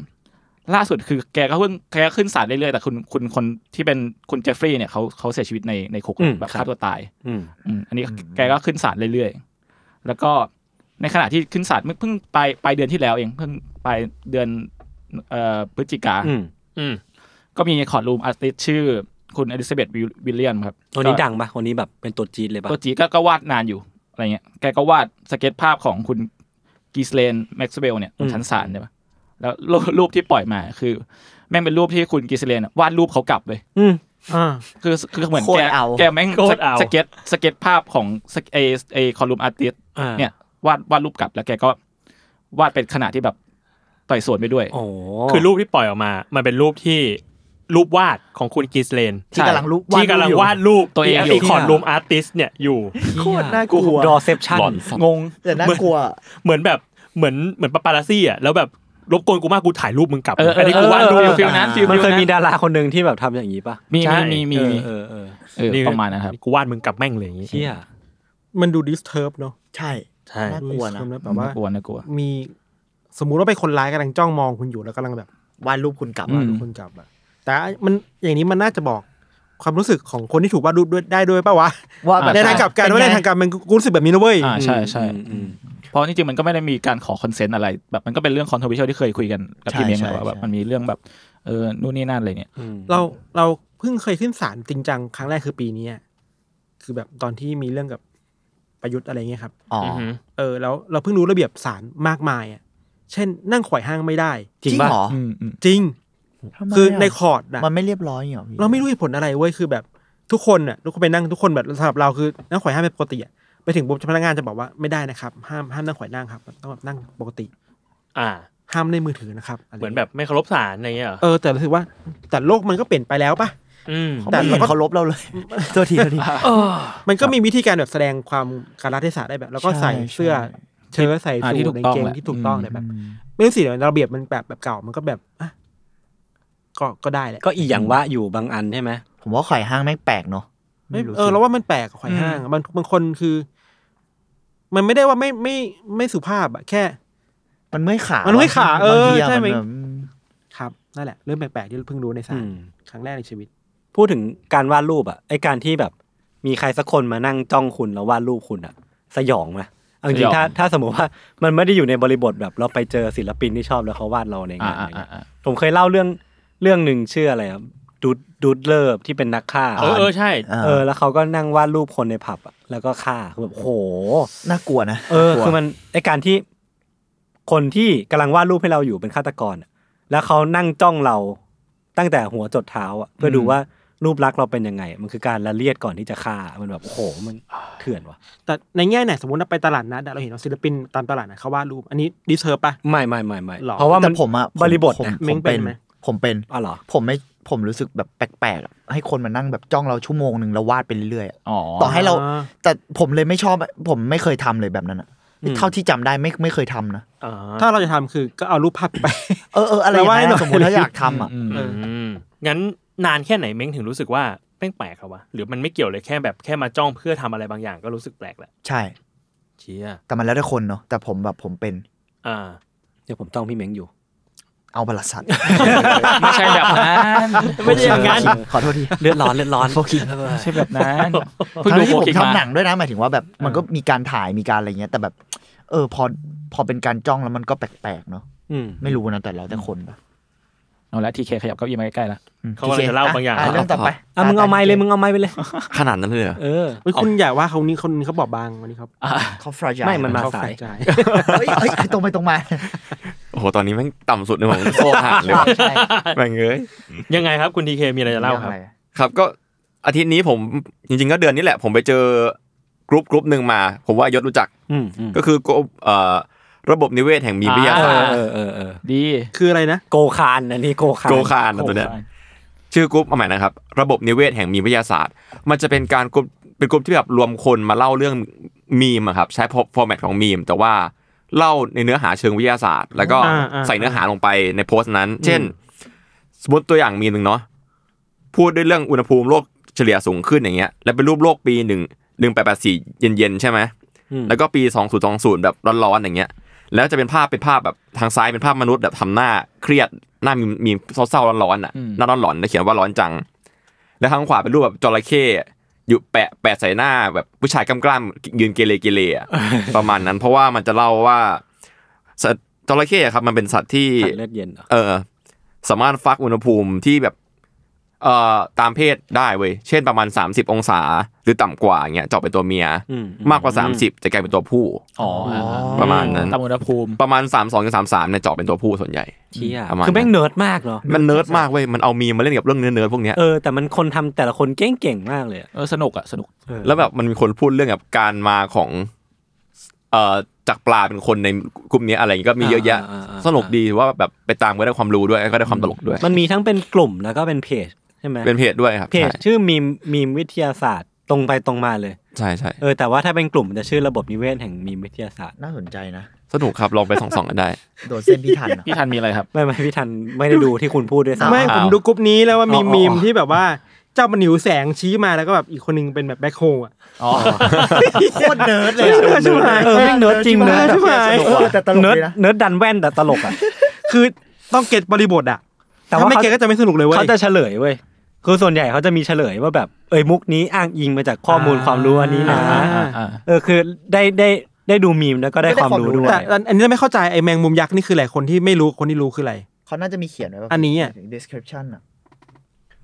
S6: ล่าสุดคือแกก็เพิ่งแกก็ขึ้นศาลเรื่อยๆแต่คุณคุณคนที่เป็นคุณเจฟฟรีย์เนี่ยเขาเขาเสียชีวิตในในคุก
S8: อืม
S6: แบบ
S8: ครับ
S6: ฆ่าตัวตาย
S8: อืม
S6: อืมอันนี้
S5: อืม
S6: แกก็ขึ้นศาลเรื่อยๆ แล้วก็ในขณะที่ขึ้นศาลเพิ่งเพิ่งไปลายปลายเดือนที่แล้วเองเพิ่งไปลายเดือนเอ่อพฤศจิกา
S8: อืม
S4: อืม
S6: ก็มีคอร์ดรูมอาร์ติสชื่อคุณอลิซาเบธวิลเลียมครับ
S8: คนนี้
S6: ก็
S8: ดังปะคนนี้แบบเป็นตัวจี๊ดเลยปะ
S6: ตัวจีก็ก็วาดนานอยู่อะไรเงี้ย แกก็วาดสเก็ตภาพของคุณกีสเลนแม็กซ์เวลเนี่ยบนชั้นศาลใช่ปะแล้วรูปรูปที่ปล่อยมาคือ แม่งเป็นรูปที่คุณกีสเลนอะวาดรูปเขากลับเลย
S8: อืม
S3: อ่า
S6: คือคือเหมือน
S5: โคต
S6: แก
S5: รเอา
S6: แกแม่ง
S4: โคตรเอา
S6: สเก็ตสเก็ตภาพของสเอเอคอลูมอาร์ติส
S8: อ่า
S6: เนี่ยวาดวาดรูปกลับ แล้วแกก็วาดเป็นขณะที่แบบต่อยสวนไปด้วย
S8: โอ้โห
S4: คือรูปที่ปล่อยออกมา มันเป็นรูปที่รูปวาดของคุณกีสเลน
S5: ที่กำลังรูป
S4: ที่กำลังวาดรูป
S6: ตัวเองอยู่
S4: ที่คอนรูมอาร์ติสเนี่ยอยู่
S5: โคตรน่ากลัว
S8: รอเซปชั่น
S7: หลอนสัตว์
S4: งง
S5: แต่น่ากลัว
S4: เหมือนแบบเหมือนเหมือนปาปาราซี่อ่ะแล้วแบบรบกวนกูมากกูถ่ายรูปมึงกลับ
S6: เออเออ
S4: อันนี้กูวาดรูป
S6: เออเออฟิลนั้นฟิล
S8: มันเคย
S6: ฟิลนั้น
S8: มีดาราคนหนึ่งที่แบบทำอย่างนี้ปะ
S6: มีมีมีมี
S8: เออเออ
S6: เออประมาณนั้นครับ
S4: กูวาดมึงกลับแม่งเลยอย่างงี้
S8: เชี่ย
S3: มันดูดิสเทิร์บเนาะ
S5: ใช่
S4: ใช่
S5: น่ากลัวนะ
S3: ดู disturb แบบว่า
S6: น่ากลัวน่ากลัว
S3: มีสมมุติว่าเป็นคนร้ายกำลังจ้องมองคุณอยู่แล้วกำลังแบบ
S5: วาดรูปคุณกลับ
S6: อื
S3: วาด
S6: ม
S3: รูปคุณกลับอะแต่มันอย่างนี้มันน่าจะบอกความรู้สึกของคนที่ถูกวาดรูปด้วยได้ด้วยป่าวะ
S5: ว่าแบบ
S3: ในทางกลับกันว่าในทางกลับมันกูรู้สึกแบบนี้นะเว้ย
S6: อ่าใช่ใช่
S8: อืมอืม
S6: เพราะจริงๆมันก็ไม่ได้มีการขอคอนเซนต์อะไร แบบมันก็เป็นเรื่องคอน t r o v e r s i a l ที่เคยคุยกันกับพี่เม้งแหละว่าแบบมันมีเรื่องแบบเออนู่นนี่นั่นอะไรเนี่ย
S3: เราเรา เพิ่งเคยขึ้นศาลจริงจังครั้งแรกคือปีนี้อะคือแบบตอนที่มีเรื่องกับประยุทธ์อะไรเงี้ยครับ
S5: อ๋อ
S9: อือ
S5: อ
S9: หือ
S3: เออแล้วเราเพิ่งรู้ระเบียบศาลมากมายอ่ะ เช่นนั่งขวายห้างไม่ได้
S5: จริงเหรอ
S6: อืมอืม
S3: จริง
S5: ทำไมะ
S3: คือในคอร์ดอะ
S5: มันไม่เรียบร้อยเหรอพี่
S3: เราไม่รู้เหตุผลอะไรเว้ยคือแบบทุกคนอ่ะทุกคนไปนั่งทุกคนแบบสำหรับเราคือนั่งขวายห้างเป็นปกติอ่ะไปถึงปุ๊บพนักงานจะบอกว่าไม่ได้นะครับ ห้ามห้ามนั่งขวายนั่งครับต้องแบบนั่งปกติ
S9: อ่า
S3: ห้ามเล่นมือถือนะครับะไร
S9: เหมือนแบบไม่เคารพสารอะไรเงี้ยเหรอ
S3: เออแต่เราถือว่าแต่โลกมันก็เปลี่ยนไปแล้วปะ
S9: ืม
S5: เขา
S3: แต่เรา
S5: ไม่เห็น
S3: ก็
S5: เคารพเราเลย ตัวทีตัวที
S3: มันก็มีวิธีการแบบแสดงความการรัฐเทศะได้แบบ แล้วก็ใส่
S5: ใช่
S3: เสื้อ
S5: ใช่
S3: เชิ้ตใส่
S6: อ่า
S3: สู
S6: ที่
S3: ท
S6: ถูก
S3: ใน
S6: ต้อง
S3: เกง
S6: แหละ
S3: ที่ถูกต้อง
S6: อืม
S3: เนี่ยแบบ ไม่รู้สิเดี๋ยวระเบียบมันแบบแบบเก่ามันก็แบบอ่ะก็ก็ได้แหละ
S8: ก็อีหยังว่าอยู่บางอันใช่ไหม
S5: ผมว่าข่อยห้างแม่งแปลกเนาะ
S3: ไม่
S5: รู้
S3: เออ
S5: สิ
S3: เราว่ามันแปลกกับขวายห้างอะบางบางคนคือ มันไม่ได้ว่าไม่ไม่ไม่สุภาพอะแค่
S5: มันเมื่อยขา
S3: มันเมื่อยขาเออบ
S5: งทีะ
S3: ใช่ไหม
S5: นแบบ
S3: ครับนั่นแหละเรื่องแปลกๆที่เพิ่งรู้ในศาล
S8: อืม
S3: ครั้งแรกในชีวิต
S8: พูดถึงการวาดรูปอะไอการที่แบบมีใครสักคนมานั่งจ้องคุณแล้ววาดรูปคุณอะสยองไหมเอาจ
S6: ส
S8: ริ
S6: ยอง
S8: ๆ
S6: ง
S8: ถ้าถ้าสมมติว่ามันไม่ได้อยู่ในบริบทแบบเราไปเจอศิลปินที่ชอบแล้วเขาวาดเราใน
S6: อ่า
S8: า
S6: ง
S8: น
S6: อ่า
S8: อะไร
S6: อ่า
S8: เงี้ย
S6: อ่า
S8: ผมเคยเล่าเรื่องเรื่องหนึ่งชื่ออะไรอะดูดดูดเลอร์ที่เป็นนักฆ่า
S9: เออเออใช่
S5: อ่า
S8: เออแล้วเขาก็นั่งวาดรูปคนในผับอะแล้วก็ฆ่าคือแบบโห
S5: น่ากลัวนะ
S8: เออ
S5: กลัว
S8: คือมันไอการที่คนที่กำลังวาดรูปให้เราอยู่เป็นฆาตกรอะแล้วเขานั่งจ้องเราตั้งแต่หัวจดเท้าอะเพื่อดูว่ารูปลักษณ์เราเป็นยังไง มันคือการละเลียดก่อนที่จะฆ่า มันแบบโอ้โหมันเถื่อนว่ะ
S3: แต่ในแง่ไหนสมมติเราไปตลาดนัดอะเราเห็นว่าศิลปินตามตลาดนัดเขาวาดรูป อันนี้ดิเทอร์ปะ
S8: ไม่ไม่ไม่ไม่
S3: หรอ
S8: เพราะว่ามั
S5: แต่
S8: น
S5: ผมอะผม
S8: บริบท
S5: ผม
S8: นะ
S5: ผม
S3: เม้งเป็นไหม
S5: ผมเป็น
S8: อ๋อเหรอ
S5: ผมไม่ผมรู้สึกแบบแปลกๆอะให้คนมานั่งแบบจ้องเราชั่วโมงหนึ่งแล้ววาดไปเรื่อยๆอะ
S6: อ๋อ
S5: ต่อให้เรา
S3: อ่า
S5: แต่ผมเลยไม่ชอบ ผมไม่เคยทำเลยแบบนั้นอะเท่าที่จำได้ไม่ไม่เคยทำนะ
S9: อ่า
S3: ถ้าเราจะทำคือก็เอารูปภาพไป
S5: เออเอออะไร
S3: แล้ววาดให้
S5: นะ
S3: หน่อย
S5: สมมติถ้าอยากทำอะ
S6: อืม
S3: เออ
S9: อืมงั้นนานแค่ไหนเม้งถึงรู้สึกว่าแม่งแปลกเหรอวะหรือมันไม่เกี่ยวเลยแค่แบบแค่มาจ้องเพื่อทำอะไรบางอย่างก็รู้สึกแปลกแหละ
S5: ใช่
S9: เชีย
S5: แต่มันแล้วแต่คนเนาะแต่ผมแบบผมเป็น
S9: อ่า
S8: เดี๋ยวผมต้องพี่เม้งอยู่
S5: เอาบลสัตว์
S6: ไม่ใช่แบบนั้น
S9: ไม่ได้อย่างนั้น
S5: ขอโทษที
S8: เลือดร้อนเลือดร้อนโฟกิน
S6: ไม่ใช่แบบนั้นเพิ่ง
S5: ทั้
S6: ดู
S5: งที่
S6: โป
S5: ผม
S6: เกมอน
S5: ทำหนังด้วยนะหมายถึงว่าแบบมันก็มีการถ่ายมีการอะไรเงี้ย แต่แบบ เออ พอพอเป็นการจ้องแล้วมันก็แปลกๆเนาะ
S8: อืม
S5: ไม่รู้นะแต่แล้วแต่คนปะ
S6: เอาละทีเคขยับเก้าอี้มาใกล้ๆละ
S5: อืม
S9: เขากำลังจะเล่าบางอย่าง
S5: เรื่องต่อไป
S8: อ่ะมึงเอาไม้เลยมึงเอาไม้ไปเลย
S4: ขนาดนั้นเลยเหรอ
S8: เออ
S3: เฮ้ยคุณอย่าว่าเขานี้คนนี้เขาบอบบางวันนี้เขา
S5: เขาฟราย
S8: ไม่มันมา
S3: เข
S8: สาย
S3: ใจ
S5: เฮ้ยเฮ้ยตรงไปตรงมา
S4: โอ้โหตอนนี้แม่งต่ำสุดในหมองโซ่ห่างเลย ว่ะแม่งเอ้ย
S9: ยังไงครับคุณทีเคมีอะไรจะเล่าครับ
S4: ครับก็อาทิตย์นี้ผมจริงๆก็เดือนนี้แหละ ผมไปเจอกรุ๊ปกรุ๊ปหนึ่งมา ผมว่ายศรู้จัก
S8: อืมอืม
S4: ก็คือกรุ๊ปเอ่อระบบนิเวศแห่งมีวิทยาศาสตร์
S8: เออเออเออ
S6: ดี
S3: คืออะไรนะ
S8: โกคานอันนี้โกคาน
S4: โกคานนะตัวเนี้ย ชื่อกรุ๊ปเอาใหม่นะครับ ระบบนิเวศแห่งมีวิทยาศาสตร์ มันจะเป็นการกรุ๊ปเป็นกรุ๊ปที่แบบรวมคนมาเล่าเรื่องมีมอะครับ ใช้ฟอร์แมตของมีม แต่ว่าเล่าในเนื้อหาเชิงวิทยาศาสตร์ แล้วก็
S3: อ่าอ่า
S4: ใส่เนื้อหาลงไปในโพสต์นั้น เช่น สมมติตัวอย่างมีมหนึ่งเนาะพูดด้วยเรื่องอุณหภูมิโลกเฉลี่ยสูงขึ้นอย่างเงี้ยแล้วเป็นรูปโลกปีหนึ่งหนึ่งแปดแปดสี่เย็นๆใช่ไหมแล้วก็ปีสองศูนย์สองศูนย์แบบร้อนๆอย่างเงี้ย แล้วจะเป็นภาพเป็นภาพแบบทางซ้ายเป็นภาพมนุษย์แบบทำหน้าเครียดหน้ามีมีเศร้าๆร้อนๆอ่ะหน้าร้อนๆแล้วเขียนว่าร้อนจัง แล้วทางขวาเป็นรูปแบบจระเข้อยู่แปะแปะใส่หน้าแบบผู้ชายกล้ามๆยืนเกเรเกเร อะ ประมาณนั้น เพราะว่ามันจะเล่าว่าสัตว์จระเข้อะครับ มันเป็นสัตว์ที่
S8: สัตว์เลือดเย็นเหรอ
S4: เออสามารถฟักอุณหภูมิที่แบบเอ่อตามเพศได้เว้ยเช่นประมาณ 30 องศา หรือต่ำกว่าอย่างเงี้ยเจาะเป็นตัวเมีย
S8: อืม
S4: มากกว่า 30 จะกลายเป็นตัวผู้
S6: อ๋ออ่า
S4: ประมาณนั้น
S6: ตามอุณหภูมิ
S4: ประมาณ 3 2มสามสามเนี่ยเจาะเป็นตัวผู้ส่วนใหญ่
S8: เชี่ย
S4: ประมาณ
S8: คือแม่งเนิร์ดมากเนาะ
S4: มันเนิร์ดมากเว้ยมันเอามีมมาเล่นกับเรื่องเนิร์ดๆพวกเนี้ย
S8: เออแต่มันคนทำแต่ละคนเก่งๆมากเลยอะ
S6: เออสนุกอ่ะสนุก
S4: แล้วแบบมันมีคนพูดเรื่องแบบการมาของเอ่อจากปลาเป็นคนในกลุ่มเนี้ยอะไรอย่างเงี้ยก็มีเยอะแยะ สนุกดีว่าแบบไปตามก็ได้ความรู้ด้วยแล้วก็ได้ความตลกด้วย
S8: มันมีทั้งเป็นกลุ่มแล้วก็เป็นเพจใช่ไหม
S4: เป็นเพจด้วยครับ
S8: เพจชื่อมีมมีมวิทยาศาสตร์ตรงไปตรงมาเลย
S4: ใช่ใช่
S8: เออแต่ว่าถ้าเป็นกลุ่มมันจะชื่อระบบนิเวศแห่งมีมวิทยาศาสตร์
S5: น่าสนใจนะ
S4: สนุกครับลองไปส่องๆกัน ได้
S5: โดนเส้นพี่ทันอะ
S6: พี่ทันมีอะไรครับ
S8: ไม่ไม่พี่ทันไม่ได้ดูที่คุณพูดด้วยซ้ำ
S3: ไม่ผมดูกรุ๊ปนี้แล้วว่ามี
S5: อ๋ออ๋อ
S3: มีมที่แบบว่าเจ้ามันหิวแสงชี้มาแล้วก็แบบอีกคนนึงเป็นแบบแบ็คโฮอ่ะ
S6: อ๋อ
S5: โคตรเนิร์ดเลย
S3: ใช่ไหมใช่ไหม
S8: เออแม่งเนิร์ดจริงเนิร์ด
S5: ใช่ไหมเออแต่ตลก
S8: เนิร์ด
S5: ดีนะ
S8: เนิร์ดดันแว่นแต่ตลกอ่ะ
S3: คือต้องเก็ตบริบทอ่ะ
S8: แต่
S3: แต่
S8: ว่า
S3: ว่าไม่
S8: เขา
S3: เก็ตก็จะไม่สนุกเลยเว้ย
S8: เขาจะเฉลยเว้ยคือส่วนใหญ่เขาจะมีเฉลยว่าแบบเอ้ยมุกนี้อ้างอิงมาจากข้อมูลความรู้อันนี้นะ
S6: อ่าอ่าอ่า
S8: เออคือได้ได้ได้ดูมีมแล้วก็ได้ความรู้ด้วย
S3: แต่อันนี้ไม่เข้าใจไอ้แมงมุมยักษ์นี่คืออะไรคนที่ไม่รู้คนที่รู้คืออะไร
S5: เขาน่าจะมีเขียนไว้ว่า
S3: อันนี้อะ
S5: ถึง description อะ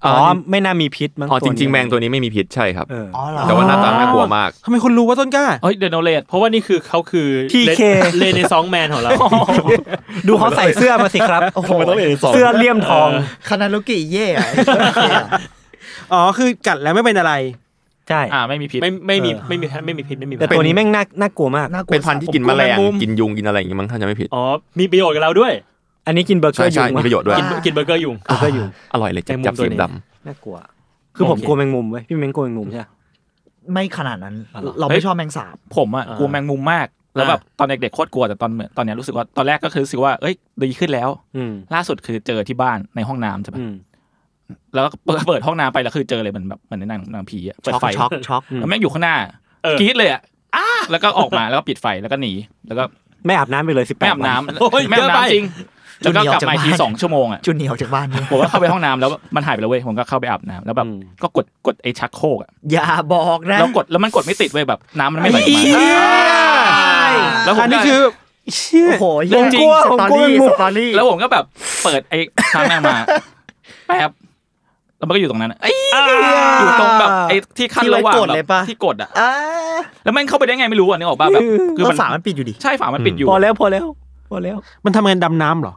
S8: อ๋
S7: อ๋
S8: อ
S7: อ
S8: ไม่น่ามีพิษมั้ง
S7: อ๋อจริง ๆ แมงตัว
S8: นี้
S7: นี้ไม่มีพิษใช่ครับ
S8: เออ
S5: อ๋อเหรอ
S7: แต่ว่าหน้าตาน่ากลัวมาก
S3: ทำไมคุณรู้ว่าต้นกล้า
S6: เฮ้ยเดนโนเลต
S4: เพราะว่านี่คือเขาคือ
S8: PK
S4: เลเนซองแมนของ เรา
S8: ดูเขาใส่เสื้อมาสิครับ
S7: ทำไมต้องเป็นสอง
S8: เสื้อเลี่ยมทอง
S5: คานาโรกิเย่อะ
S3: อ๋อคือกัดแล้วไม่เป็นอะไร
S8: ใช่
S6: อ่าไม่มีพิษ
S4: ไม่ไม่มีไม่มีไม่มีพิษไม่มี
S8: แต่ตัวนี้แม่งน่าน่ากลัวมาก
S5: น่ากลัว
S7: เป็นพันธุ์ที่กินแมลง
S5: ผมกลัวแมงมุม
S7: กินยุงกินอะไรอย่างงี้มั้งถ้าจะไม่ผิด
S4: อ๋อมีประโยชน์กับเราด้วย
S8: อันนี้กินเบอร์เกอ
S7: ใช่
S8: ร์อยู่
S7: ใช่มีประโยชน์ด้วย
S4: กินกินเบอร์เกอร์ยุง
S8: ก็อยู่
S7: อร่อยเลยจับ
S4: แมงมุม
S7: จับ
S4: ตัว
S7: สี
S4: นี้
S7: ด
S8: น่ากลัว คือผมกลัวแมงมุมไว้ยพี่เม้งกลัวแมงมุมใช่ปะ
S5: ไม่ขนาดนั้น
S8: อ๋อเหรอ
S5: เราไม่ชอบแมงสาบ
S6: ผมอ่ะ
S4: อ่าก
S6: ลัวแมงมุมมาก แล้ว
S4: อ่า
S6: แบบตอนเด็กๆโคตรกลัวแต่ตอนเหมือนตอนเนี้ยรู้สึกว่าตอนแรกก็คือรู้สึกว่าเอ้ยดีขึ้นแล้ว
S8: อืม
S6: ล่าสุดคือเจอที่บ้านในห้องน้ำใช่ปะ
S8: อืม
S6: แล้วก็เปิดเปิดห้องน้ำไปแล้วคือเจอเลยเหมือนแบบเหมือนในหนังหนังผีอะเปิดไฟ
S5: ช็อกช็อก
S8: อืม
S6: แล้วแม่งอยู่ข้างหน้า
S4: เออก
S6: รี๊ดเลยอ่ะแล้วก็ออกมาแล้วก็ปิดไฟแล้วก็หนีแล้วก็
S8: ไม่อาบน้ำไปเลยสิบแปด
S6: ไม่อาบน้ำ
S4: โอ้ย
S6: ไม่
S4: เย
S6: อาบ
S4: อะไป
S6: น้ำจริง
S5: จ
S6: แล้ว
S5: น
S6: ก็
S5: เหนียว
S6: กลับมาอีกที
S5: จากบ้าน
S6: สองชั่วโมงอ่ะ
S5: จุนเหนียวจากบ้านเนี่ย
S6: ผมว่าเข้าไปห้องน้ำแล้วมันหายไปแล้วเว้ยผมก็เข้าไปอาบน้ำแล้วแบบก็กดกดไอ้ชักโครกอ่ะ
S5: อย่าบอกนะ
S6: แล้วกดแล้วมันกดไม่ติดเว้ยแบบน้ำมันไม่ไหลออกมาแล้วผม
S3: อันนี้
S6: ก็
S3: คือ
S5: โอ้โห
S6: เรื่องจริง
S5: สตอรี่สตอรี่
S6: แล้วผมก็แบบเปิดไอ้ช้างแม่งมาแป๊บแล้วมันก็อยู่ตรงนั้นอะเอ้ยอยู่ตรงแบบไอ้ที่ขั้นระหว่างแบบที่กดอ่ะ
S5: อ่า
S6: แล้วมันเข้าไปได้ไงไม่รู้อ่ะนึกออกป่ะแบบ
S5: คือ
S6: มั
S5: ฝามันปิดอยู่ดิ
S6: ใช่ฝามันปิดอยู่
S8: พอแล้วพอแล้วพอแล้ว
S3: มันทำงานดำน้ำเหรอ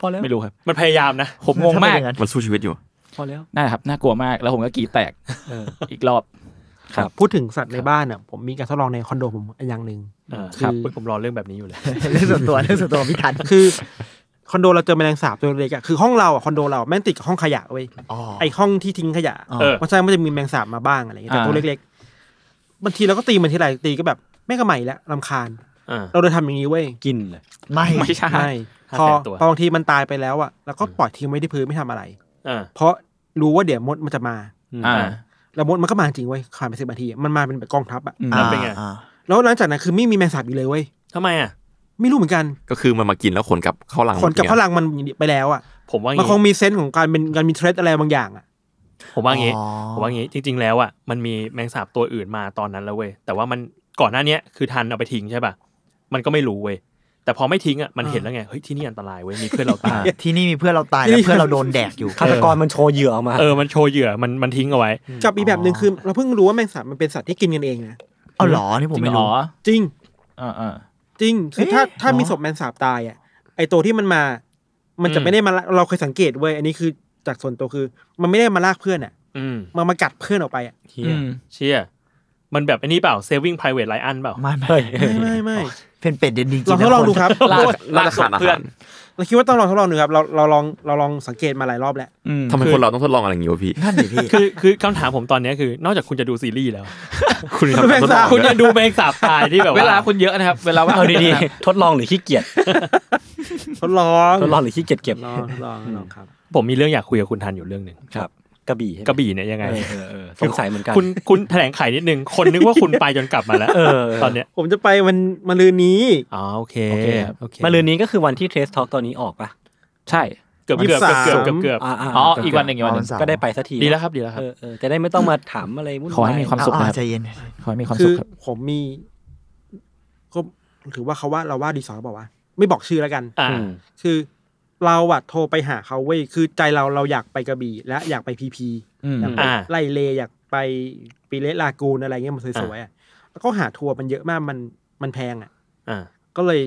S8: พอแล้ว
S6: ไม่รู้ครับ
S4: มันพยายามนะ
S6: ผมงงมาก
S7: ำมันสู้ชีวิตอยู่
S8: พอแล้ว
S6: น่าครับน่ากลัวมากแล้วผมก็กรีดแตก
S8: เออ
S6: อีกรอบ
S3: พูดถึงสัตว์ในบ้านอ่ะผมมีการทดลองในคอนโดผมอันอย่างหนึ่ง
S4: อ่า
S3: ครับ
S4: เฮ้ยผมรอเรื่องแบบนี้อยู่เลย
S5: เรื่องส่วนตัวเรื่องส่วนตัวพี่ทัน
S3: คือคอนโดเราเจอแมลงสาบตัวเล็กอะคือห้องเราอะคอนโดเราแม่งติดกับห้องขยะเว้ย
S5: อ๋อ
S3: ไอห้องที่ทิ้งขยะ
S4: เออ
S3: เพราะฉะนั้นมันจะมีแมลงสาบมาบ้างอะไรอย่างเงี้ยแต่ตัว
S6: อ่า
S3: เล็กๆบางทีเราก็ตีมันทีไรตีก็แบบแม่งก็ใหม่แล้วลำคาญ
S4: อ่า
S3: เราเลยทำอย่างนี้เว้ย
S8: กินเลย
S5: ไม่
S6: ไม่ใช่
S3: ใช่
S4: ห้า
S3: พอ
S4: แสนตัว
S3: พอบางทีมันตายไปแล้วอะเราก็ปล่อยทิ้งไว้ที่พื้นไม่ทำอะไร
S4: อ่า
S3: เพราะรู้ว่าเดี๋ยวมดมันจะมา
S6: อ่า
S3: แล้วมดมันก็มาจริงเว้ยผ่านไปสิบนาทีอะมันมาเป็นแบบกองทัพอะ
S6: อืม
S4: แล้วเป็นไง
S5: อ่า
S3: แล้วหลังจากนั้นคือไม่มีแมลงสาบอีกเลยเว้ย
S4: ทำไมอ่ะ
S3: ไม่รู้เหมือนกัน
S7: ก็คือมันมากินแล้วขนกลับเข้ารัง
S3: ขนกับพลังมันไปแล้วอะ
S4: ผมว่า
S3: มัน
S4: งี้
S3: คงมีเซนส์ของการเป็นการมีเทรดอะไรบางอย่างอะ
S4: ผมว่างี้
S5: อ๋อ
S4: ผมว่างี้จริง ๆ แล้วอ่ะมันมีแมงสาบตัวอื่นมาตอนนั้นแล้วเว้ยแต่ว่ามันก่อนหน้าเนี้ยคือทันเอาไปทิ้งใช่ป่ะมันก็ไม่รู้เว้ยแต่พอไม่ทิ้งอ่ะมันเห็นแล้วไงเฮ้ยที่นี่อันตรายเว้ยมีเพื่อนเราตาย
S5: ที่นี่มีเพื่อนเราตายและเพื่อนเราโดนแดกอยู่
S8: ฆาตกรมันโชว์เหยื่อออกมา
S4: เออ มันโชว์เหยื่อ มัน มันทิ้งเอาไว้
S3: กับอีกแบบหนึ่งคือเราเพิ่งรู้ว่าแมงสาบมันเป็นสัตว์ที่กินกันเองนะ
S5: เอาเหรอนี่ผมไม่รู้
S3: จริง
S6: อ่าอ่า
S3: จริงคือถ้า
S5: เอ๊ะ
S3: ถ้า
S5: เหรอ
S3: มีศพแมงสาบตายอ่ะไอตัวที่มันมา มันจะ
S4: อืม
S3: ไม่ได้มาละเราเคยสังเกตเว้ยอันนี้คือจากส่วนตัวคือ มันไม่ได้มาลากเพื่อนอ่ะ
S4: อืม
S3: มันมากัดเพื่อนออกไปอ่ะ
S8: เหี้ย
S4: เชี่ย มันแบบอันนี้เปล่า saving private Ryan เปล่า
S5: ไม่ไม่
S8: เฮ้ย
S3: ไม่ไม่ไม่
S5: เป็นเป็ดเด่นดีจริ
S3: เรา
S5: ง
S3: ทดลองดูครับ
S6: ลาก
S7: น่า
S6: ลาก
S7: จะ
S6: ศ
S7: ขาด
S6: พ
S7: อา
S6: เพื่อ
S7: หาน ร
S3: เราคิดว่าต้องลองทดลองดูครับเราเราลองเราลองสังเกตมาหลายรอบแล้ว
S7: ทำไมคนเราต้องทดลองอะไรอย่างงี้วะพี่
S5: นั่นดิพี่
S4: คือ คือคำถามผมตอนเนี้ยคือ นอกจากคุณจะดูซีรีส์แล้ว
S7: คุณทำ
S3: แมง
S7: ทดลอ
S3: สา
S7: บ ง
S4: คุณจะดูแมงสาบตายที่แบบ
S6: เวลา
S4: ว่า
S6: คุณเยอะนะครับ เวลาว่า
S8: เอาดีๆทดลองหรือขี้เกียจ
S3: ทดลอง
S8: ทดลองหรือขี้เกียจเก็บ
S3: ลองทดลองทดลองครับ
S4: ผมมีเรื่องอยากคุยกับคุณทันอยู่เรื่องหนึ่ง
S8: ครับกระบี่ใช่ไหม
S4: กระบี่เนี่ยยังไง
S8: เออเออเออสงสัยเหมือนกัน
S4: คุณ คุณแถลงไขนิดนึง คนนึกว่าคุณไปจนกลับมาแล้ว
S8: เออ
S4: ตอนเนี้ย
S3: ผมจะไปมันมะรืนนี้
S4: อ๋อ โอเค
S6: โอเคครับ
S4: โอเค
S8: มาลืนนี้ก็คือวันที่เทสทอ a l k ตอนนี้ออกปะ
S6: ใช่
S4: เกือบเกือบเกือบเกือบเกือบ
S8: าา
S6: อ๋อ
S8: เ
S6: อีกวันหนึ่งอีกวันหนึ่ง
S8: ก็ได้ไปสักที
S4: ดีแล้วครับดีแล้วครับ
S8: เออเออจะได้ไม่ต้องมาถามอะไรวุ่นวาย
S6: ขอให้มีความสุข
S5: อ่า
S6: นะค
S5: ใจ
S6: รับ
S5: เย็น
S6: ขอให้มีความ
S3: คื
S6: สุข
S3: อ
S6: ครับ
S3: ผมมีก็ถือว่าเขาว่าเราว่าดีสอร์ทบอกว่าวะไม่บอกชื่อแล้วกัน
S4: อ่า
S8: อืม
S3: คือเราอะโทรไปหาเขาเว้ยคือใจเราเราอยากไปกระบี่และอยากไปพีพี
S6: อืม
S3: อยากไป
S4: อ่า
S3: ไล่เลอยากไปปีเลสลากูนอะไรเงี้ยมันสวยๆอะแล้วก็หาทัวร์มันเยอะมากมันมันแพงอะ
S4: อ่า
S3: ก็เลย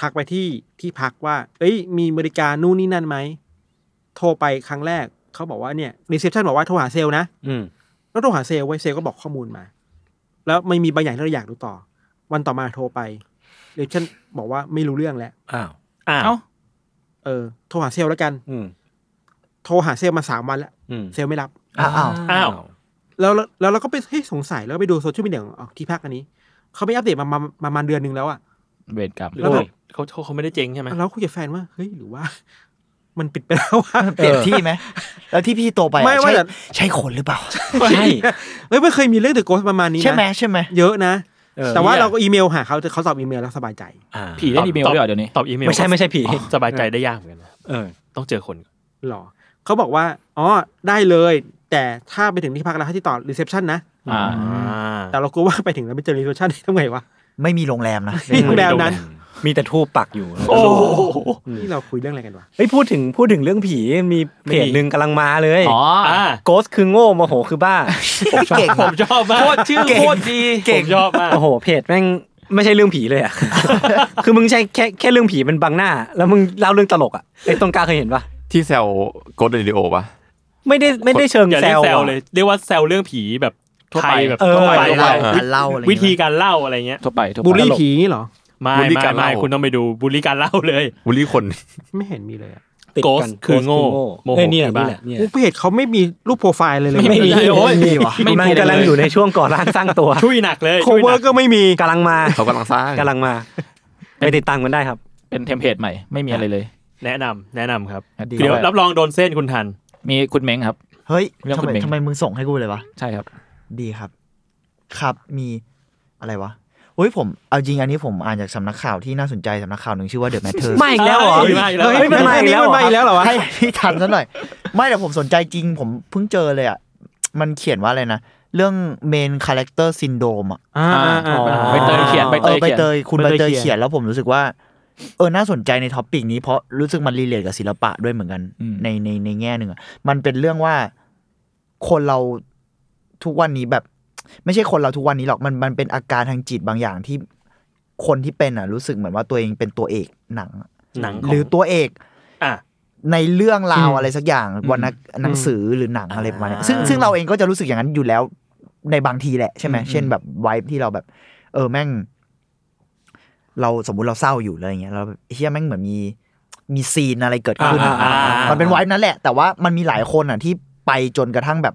S3: ทักไปที่ที่พักว่า เอ้ย มีบริการนู่นนี่นั่นไหมโทรไปครั้งแรกเขาบอกว่าเนี่ยรีเซพชันบอกว่าโทรหาเซลล์นะ
S8: อืม
S3: แล้วโทรหาเซลล์ไว้ยเซลล์ก็บอกข้อมูลมา แล้วไม่มีบางอย่างที่เราอยากดูต่อ วันต่อมาโทรไปรีเซพชันบอกว่าไม่รู้เรื่องแล้ว
S8: อ้าว
S4: อ้า
S6: เอ้าว
S3: เออโทรหาเซลล์แล้วกัน
S8: อืม
S3: โทรหาเซลล์มาสามวันแล้ว
S8: อืม
S3: เซลล์ไม่รับ
S5: อ้าวอ้าว
S4: อ้าว
S3: แล้วแล้วแล้วเราก็ไปเฮ้ยสงสัยแล้วก็ไปดูโซเชียลมีเดียของที่พักอันนี้ เขาไม่อัปเดตมามามาประมาณเดือนหนึงแล้วอ่ะ
S6: เวรกรรม
S4: หรือ
S3: แล้ว
S4: ว่า
S3: แบบ
S4: เขาเขาเขาไม่ได้เจ๊งใช่ไหม
S3: เราคุยกับแฟนว่าเฮ้ยหรือว่า มันปิดไปแล้วว่า
S5: เปลี่ยนที่ไหม แล้วที่พี่โตไปอะ
S3: ไม่ว่า
S5: ใช่
S3: แต่
S5: ใช่คนหรือเปล่า
S8: ใช่
S3: เฮ้ยไม่เคยมีเรื่องเดอะโกสประมาณนี้นะ
S5: ใช่ไหมใช่ไหม
S3: เยอะนะ
S8: เออ
S3: แต่ว่า
S4: เหี้ย
S3: เราก็อีเมลหาเขาแต่เขาตอบอีเมลแล้วสบายใจ
S8: อ่า
S6: ผีเล่นอีเมลด้วยเหรอเดี๋ยวนี้
S4: ตอบอีเมล
S8: ไม่ใช่ไม่ใช่ผี
S4: อ๋อสบายใจได้ยากเหมือนกันนะ
S8: เออ
S4: ต้องเจอคน
S3: หรอเขาบอกว่า อ๋อ ได้เลย แต่ถ้าไปถึงที่พักแล้วให้ติดต่อรีเซพชันนะ
S6: อ่า
S4: อ่า
S3: แต่เรากลัวว่าไปถึงแล้วไปเจอรีเซพชันทำไงวะ
S5: ไม่มีโรงแรมนะ
S3: ที่โรงแรมนั้น
S8: มีแต่ทูปปักอยู่
S4: โอ้โห
S3: นี่เราคุยเรื่องอะไรกันวะ
S8: เฮ้ยพูดถึงพูดถึงเรื่องผีมีเพจหนึ่งกำลังมาเลย
S6: อ๋อ
S4: อ่า
S8: โกสคือโง่โมโหคือบ้า
S5: เก่ง
S4: ผมชอบมาก
S6: โคตรชื่อโคตรดี
S4: เก่งชอบมาก
S8: โอ้โหเพจแม่งไม่ใช่เรื่องผีเลยอ่ะ คือมึงใช้แค่แค่เรื่องผีมันบังหน้า แล้วมึงเล่าเรื่องตลกอ่ะไอ้ตรงกลางเคยเห็นปะ
S7: ที่แซวโกดเรดิโอปะ
S8: ไม่ได้ไม่ได้เชิง
S4: อย่า
S8: แซ
S4: เรียก
S8: ว
S4: แซว
S8: อะ
S4: เลย เรียกว่าแซวเรื่องผีแบบ
S6: ทั่ว
S4: ไท
S6: ไป
S4: ย
S6: แบ
S4: แบบ บ
S8: เออ
S4: ทั่วไป
S5: การ
S4: ทั่วไป
S5: เล่าการเล่าอะไร
S4: วิธีการเล่าอะไรเงี้ย
S6: ทั่วไปทั่วไป
S3: บูลลี่ผีเหรอ
S4: ไม่
S7: บูลลี่
S4: ไม่
S7: การเล่า
S4: ไม่คุณต้องไปดูบุลลี่การเล่าเลย
S7: บุลลี่คน
S3: ไม่เห็นมีเลยอะ
S8: ติด
S4: โกส
S8: กัน
S4: คือโง่โมโห
S8: เอ้ยนี่แหละ
S4: คือบ้า
S8: นี่แหละเนี่ย
S3: โอ้เพจเขาไม่มีรูปโปรไฟล์เลยเลย
S8: ไม่มี
S3: เลย
S8: โอ้ย
S3: ไม่มีวะ
S8: กำลังกำลังอยู่ในช่วงก่อ ร่างสร้างตัว
S4: ช่วยหนักเลย
S3: โค
S4: ช่วยห
S3: เวอ
S4: นัก
S3: ร์ก็ไม่มี
S8: กำลังมา
S7: เขากำลังสร้าง
S8: กำลังมาไปติดตามกันได้ครับ
S6: เป็นเทมเพลตใหม่ไม่มีอะไรเลย
S4: แนะนำแนะนำครับ
S6: ดี
S4: เดี๋ยวรับรองโดนเส้นคุณทัน
S6: มีคุณเม้งครับ
S5: เฮ้ย
S6: เรื่อง
S5: ทำ
S6: คุณ
S5: ไม
S6: เม้ง
S5: ทำไมมึงส่งให้กูเลยวะ
S6: ใช่ครับ
S5: ดีครับ ครับมีอะไรวะเฮ้ยผมเอาจริงอันนี้ผมอ่านจากสำนักข่าวที่น่าสนใจสำนักข่าวหนึ่งชื่อว่าเดอะแมทเท อร์
S8: มาอีกแล้วเหรอ
S4: เฮ้ยมาอีกแล้ว
S8: เฮ้ยมันมาอีกแล้วเหรอ
S3: มันมาอีกแล้วเหรอวะ
S5: ให้พี่ทันซะหน่อย ไม่แต่ผมสนใจจริง ผมเพิ่งเจอเลยอ่ะ มันเขียนว่าอะไรนะ เรื่องเมนคาแรคเตอร์ซินโดมอ่ะ
S3: อ่าอ่าอ่า
S6: ใบเตยเขียนใบ
S5: เอ
S6: เตย
S5: อใบ
S6: เขียน
S5: เตยคุณ
S3: ใบ
S5: ใบ
S3: เต
S5: เต
S3: ย
S5: ย
S3: เขียน
S5: เขียนแล้วผมรู้สึกว่า เออน่าสนใจในท็อปิกนี้เพราะรู้สึกมันรีเลทกับศิลปะด้วยเหมือนกัน ในในในแง่หนึ่งอะมันเป็นเรื่องว่าคนเราทุกวันนี้แบบ ไม่ใช่คนเราทุกวันนี้หรอกมันมันเป็นอาการทางจิตบางอย่างที่คนที่เป็นอ่ะ รู้สึกเหมือนว่าตัวเองเป็นตัวเอกหนังอะ
S4: หนังข
S5: ห
S4: ง
S5: รือตัวเอก
S4: อ่ะ
S5: ในเรื่องราวอะไรสักอย่างวรรณหนังสือหรือหนังอะไรประมาณเนี้ยซึ่งซึ่งเราเองก็จะรู้สึกอย่างนั้นอยู่แล้วในบางทีแหละใช่ไหมเช่นแบบไวท์ที่เราแบบ เออแม่ง เราสมมุติเราเศร้าอยู่เลยอย่างเงี้ยเราแบบเฮียแม่งเหมือนมีมีซีนอะไรเกิดขึ้น
S4: อ่าอ่าอ่ามั
S5: มันเป็นไวท์นั่นแหละ แต่ว่ามันมีหลายคนอ่ะที่ไปจนกระทั่งแบบ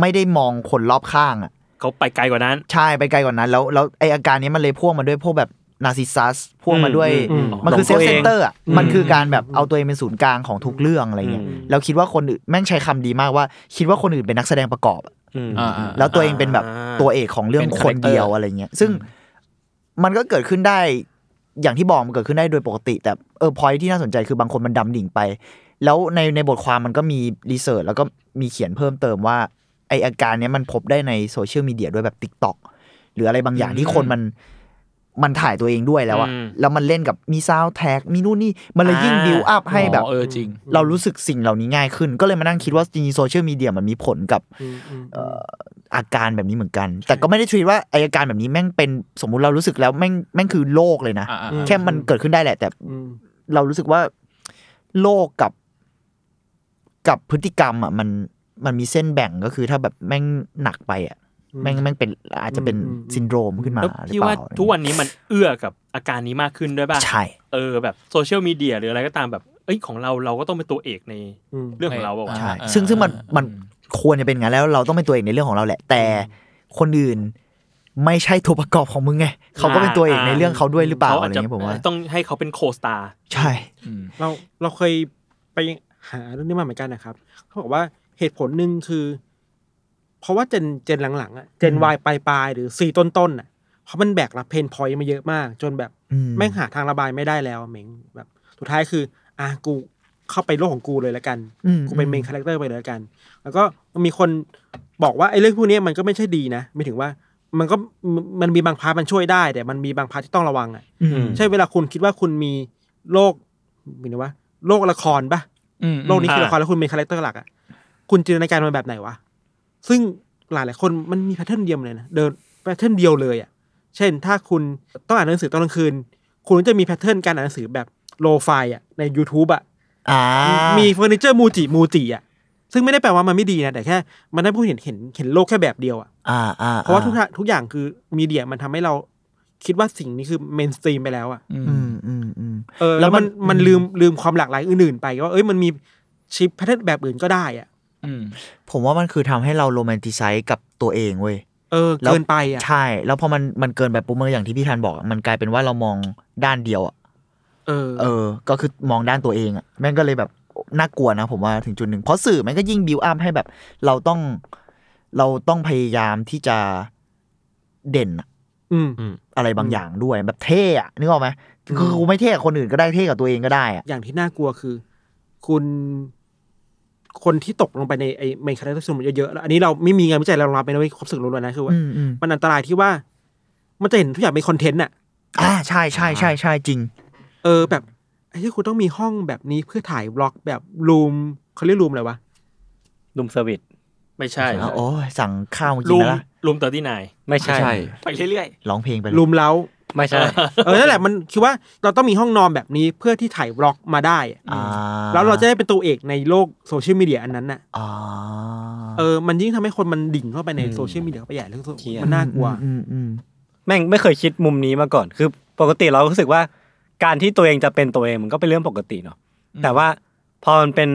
S5: ไม่ได้มองคนรอบข้างอ่ะ
S4: เขาไปไกลกว่านั้น
S5: ใช่ไปไกลกว่านั้น แล้วแล้วไออาการเนี้ยมันเลยพ่วงมาด้วยพวกแบบนาซิซัสพ่วงมาด้วย
S3: อืม
S5: มันคือ
S8: หล
S5: เซ
S8: งตั
S5: ล
S8: วเอ
S5: ฟ์
S8: ง
S5: เซนเตอร์อ่ะมันคือการแบบเอาตัวเองเป็นศูนย์กลางของทุกเรื่องอะไรเงี้ยแล้วคิดว่าคนอื่นแม่งใช้คำดีมากว่า คิดว่าคนอื่นเป็นนักแสดงประกอบ
S6: อ่าอ่า
S5: แล้วตัวเองเป็นแบบ
S4: อ่า
S5: ตัวเอกของเรื่อง
S6: เป็น
S5: คนเดียว
S6: character
S5: อะไรเงี้ย ซึ่งมันก็เกิดขึ้นได้ อย่างที่บอกมันเกิดขึ้นได้โดยปกติ แต่เออพอยที่น่าสนใจคือบางคนมันดำดิ่งไป แล้วในในบทความมันก็มีรีเสิร์ชแล้วก็มีเขียนเพิ่มเติมว่า ไออาการเนี้ยมันพบได้ในโซเชียลมีเดียด้วยแบบ t ิ k t o k หรืออะไรบางอย่างที่คนมันมันถ่ายตัวเองด้วยแล้วอะ
S4: อืม
S5: แล้วมันเล่นกับมีซาวแท็กมีนู่นนี่มันเลยยิ่ง
S4: อ่า
S5: บิวอัพให้แบบ
S6: อ๋อเออจริง
S5: เรารู้สึกสิ่งเหล่านี้ง่ายขึ้น ก็เลยมานั่งคิดว่าจริงๆโซเชียลมีเดียมันมีผลกับ
S3: อืมอืม
S5: เอ่ออาการแบบนี้เหมือนกัน แต่ก็ไม่ได้ทรีตว่าไออาการแบบนี้แม่งเป็นสมมุติเรารู้สึกแล้วแม่งแม่งคือโรคเลยนะ
S6: อ่าอ่า
S5: แค่มันเกิดขึ้นได้แหละ แต่
S3: อืม
S5: เรารู้สึกว่าโรคกับ กับพฤติกรรมอ่ะมันมันมีเส้นแบ่งก็คือถ้าแบบแม่งหนักไปอ่ะ
S3: อื
S5: แม่งแม่งเป็นอาจจะเป็น
S3: อืม
S5: ซินโดรมขึ้นมา
S4: แล้ว
S5: หรือ
S4: พี่
S5: เป
S4: ว่า
S5: ล่า
S4: ทุกวันนี้มันเอื้อกับอาการนี้มากขึ้นด้วยป่ะ
S5: ใช่
S4: เออแบบโซเชียลมีเดียหรืออะไรก็ตามแบบเอ้ยของเราเราก็ต้องเป็นตัวเอกใน
S3: อืม
S4: เรื่องของเราป่าวะ
S5: ใช่
S6: อ่า
S5: ซึ่งซึ่งมัน
S6: อ่า
S5: มันควรจะเป็นงั้นแล้วเราต้องเป็นตัวเองในเรื่องของเราแหละ แต่คนอื่นไม่ใช่ตัวประกอบของมึงไงเขาก็เป็นตัวเอกในเรื่องเขาด้วยหรือเปล่า
S4: เขาอา
S5: อะ
S4: จ
S5: ไร
S4: จะ
S5: เงี้ยผมว่า
S4: ต้องให้เขาเป็นโคสตาร์
S5: ใช่
S6: อืม
S3: เราเราเคยไปหาเรื่องนี้มาเหมือนกันนะครับ เขาบอกว่าเหตุผลหนึ่งคือ เพราะว่าเจนเจนหลังๆอะเจนวายปลายปลายๆหรือสี่ต้นต้นๆอะเพราะมันแบกรับเพนพอยต์มาเยอะมาก จนแบบ
S5: อืม
S3: แม่งหาทางระบายไม่ได้แล้วเมงแบบ สุดท้ายคือ อ่ะกูเข้าไปโลกของกูเลยละกัน
S5: อืม
S3: กูเป็นเมนคาแรคเตอร์ไปเลยละกัน แล้วก็มีคนบอกว่าไอ้เรื่องพวกนี้มันก็ไม่ใช่ดีนะไม่ถึงว่า มันก็มันมันมีบางพาร์ทมันช่วยได้ แต่มันมีบางพาร์ทที่ต้องระวังอ่ะ
S5: อืม
S3: ใช่เวลาคุณคิดว่าคุณมีโลกมีนะว่าโลกละครปะ
S6: อืม
S3: โลกนี้คือละครแล้วคุณเป็นคาแรคเตอร์หลักอ่ะคุณจินตนาการมันแบบไหนวะซึ่งหลายหลายๆคนมันมีแพทเทิร์นเดียวเลยนะเดินแพทเทิร์นเดียวเลยอ่ะเช่น ถ้าคุณต้องอ่านหนังสือตอนกลางคืน คุณจะมีแพทเทิร์นการอ่านหนังสือแบบโลไฟอ่ะใน YouTube อ่ะ
S5: อ่า
S3: มีเฟอร์นิเจอร์มูจิมูจิอ่ะซึ่งไม่ได้แปลว่ามันไม่ดีนะแต่แค่ มันได้ผู้เห็นเห็นเห็นโลกแค่แบบเดียวอ่ะ
S5: อ่าอ่า
S3: เพราะว่าทุกทะทุกอย่างคือมีเดียมันทำให้เราคิดว่าสิ่งนี้คือเมนสตรีมไปแล้วอ่ะ
S6: อืม
S5: อืมอืมอืม
S3: เออ
S5: แล้
S3: แล้ว
S5: วมั
S3: มัน
S5: น
S3: มัน
S5: อืม
S3: ลืมลืมความหลากหลายอื่นๆไปว่าเอ้ยมันมีชิปแพทเทิร์นแบบอื่นก็ได้อ่ะ
S6: อืม
S5: ผมว่ามันคือทำให้เราโรแมนติไซส์กับตัวเองเว้ย
S3: เออ
S5: แล้ว
S3: เกินไปอ่ะ
S5: ใช่ แล้วพอมันมันเกินไปปุ๊บมันอย่างที่พี่ธันบอก มันกลายเป็นว่าเรามองด้านเดียวอะ
S3: เออ
S5: เออ ก็คือมองด้านตัวเองอะแม่งก็เลยแบบน่ากลัวนะผมว่าถึงจุดหนึ่งเพราะสื่อมันก็ยิ่งบิวอัพให้แบบ เราต้องเราต้องพยายามที่จะเด่นอะ
S3: อืม
S5: อะไรบางอย่างด้วยแบบเท่อะนึกออกไหมคือกูไม่เท่กับคนอื่นก็ได้เท่กับตัวเองก็ได้อะ
S3: อย่างที่น่ากลัวคือ คุณ คนที่ตกลงไปในไอ้เมนคาแรคเตอร์สมเยอะๆแล้วอันนี้เราไม่มีงานวิจัยเรารับไปนะเว้ยความรู้สึกล้วนๆนะคือว่า
S5: อืมอืม
S3: มันอันตรายที่ว่า มันจะเห็นทุกอย่างเป็นคอนเทนต์อ่ะ
S5: อ่าใช่ใช่ใช่ใช่จริง
S3: เออแบบไอ้ที่คุณต้องมีห้องแบบนี้เพื่อถ่ายบล็อกแบบรูมเขาเรียกรูมอะไรวะ
S8: ลุมเซอร์วิส
S4: ไม่ใช่
S5: อ่ะโอ้ยสั่งข้าวมากิ
S4: ลู
S5: น
S4: ม
S5: แล้วล่ะ
S4: ลูมเตอร์ที่น
S8: ไม่ใช่
S7: ใช่
S4: ไปเรื่อย
S5: ร้องเพลงไปเลย
S3: รูมเล้า
S8: ไม่ใช่
S3: เออนั่นแหละมันคือว่าเราต้องมีห้องนอนแบบนี้เพื่อที่ถ่ายบล็อกมาได้อะ
S5: อ่า
S3: แล้วเราจะได้เป็นตัวเอกในโลกโซเชียลมีเดียอันนั้นน่ะ
S5: อ่า
S3: เออมันยิ่งทำให้คนมันดิ่งเข้าไปในโซเชียลมีเดียเข้าไปใหญ่เรื่อง
S8: เหี้ย
S3: มันน่ากลัว
S5: อืมอืม
S8: แม่งไม่เคยคิดมุมนี้มาก่อน คือปกติเรารู้สึกว่า การที่ตัวเองจะเป็นตัวเองมันก็เป็นเรื่องปกติเนาะ แต่ว่าพอมันเป็น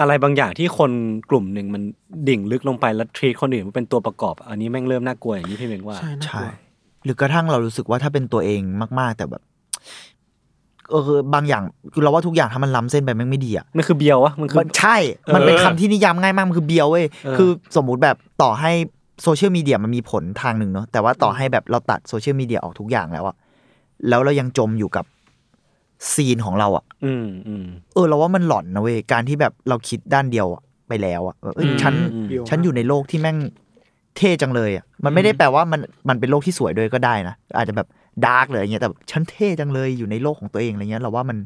S8: อะไรบางอย่างที่คนกลุ่มหนึ่งมันดิ่งลึกลงไปแล้วทรีคนอื่นมันเป็นตัวประกอบ อันนี้แม่งเริ่มน่ากลัวอย่างนี้พี่เมงว่า
S3: ใช่
S5: อืม
S3: น่าก
S5: ใช่
S3: ลัว
S5: หรือกระทั่งเรารู้สึกว่าถ้าเป็นตัวเองมากๆ แต่แบบเออบางอย่างคือเราว่าทุกอย่างถ้ามันล้ำเส้นไปมันไม่ดีอ่ะ
S8: มันคือเบียววะ มันคือ
S5: มันใช่ มันเป็นคำที่นิยามง่ายมากมันคือเบียวเว้ยคือสมมุติแบบต่อให้โซเชียลมีเดียมันมีผลทางหนึ่งเนาะแต่ว่าต่อให้แบบเราตัดโซเชียลมีเดียออกทุกอย่างแล้วอะแล้วเรายังจมอยู่กับซีนของเราอะ
S8: อืมอืม
S5: เออเราว่ามันหลอนนะเว้ยการที่แบบเราคิดด้านเดียวอะไปแล้วอะเออ
S8: อืม
S5: ฉัน
S8: อืม
S3: เบีว
S5: ฉันอยู่ในโลกที่แม่งเท่จังเลยอะมันไม่ได้แปลว่ามันมันเป็นโลกที่สวยด้วยก็ได้นะอาจจะแบบดาร์กเลยอย่างเงี้ยแต่แบบฉันเท่จังเลยอยู่ในโลกของตัวเองอะไรเงี้ย เราว่ามัน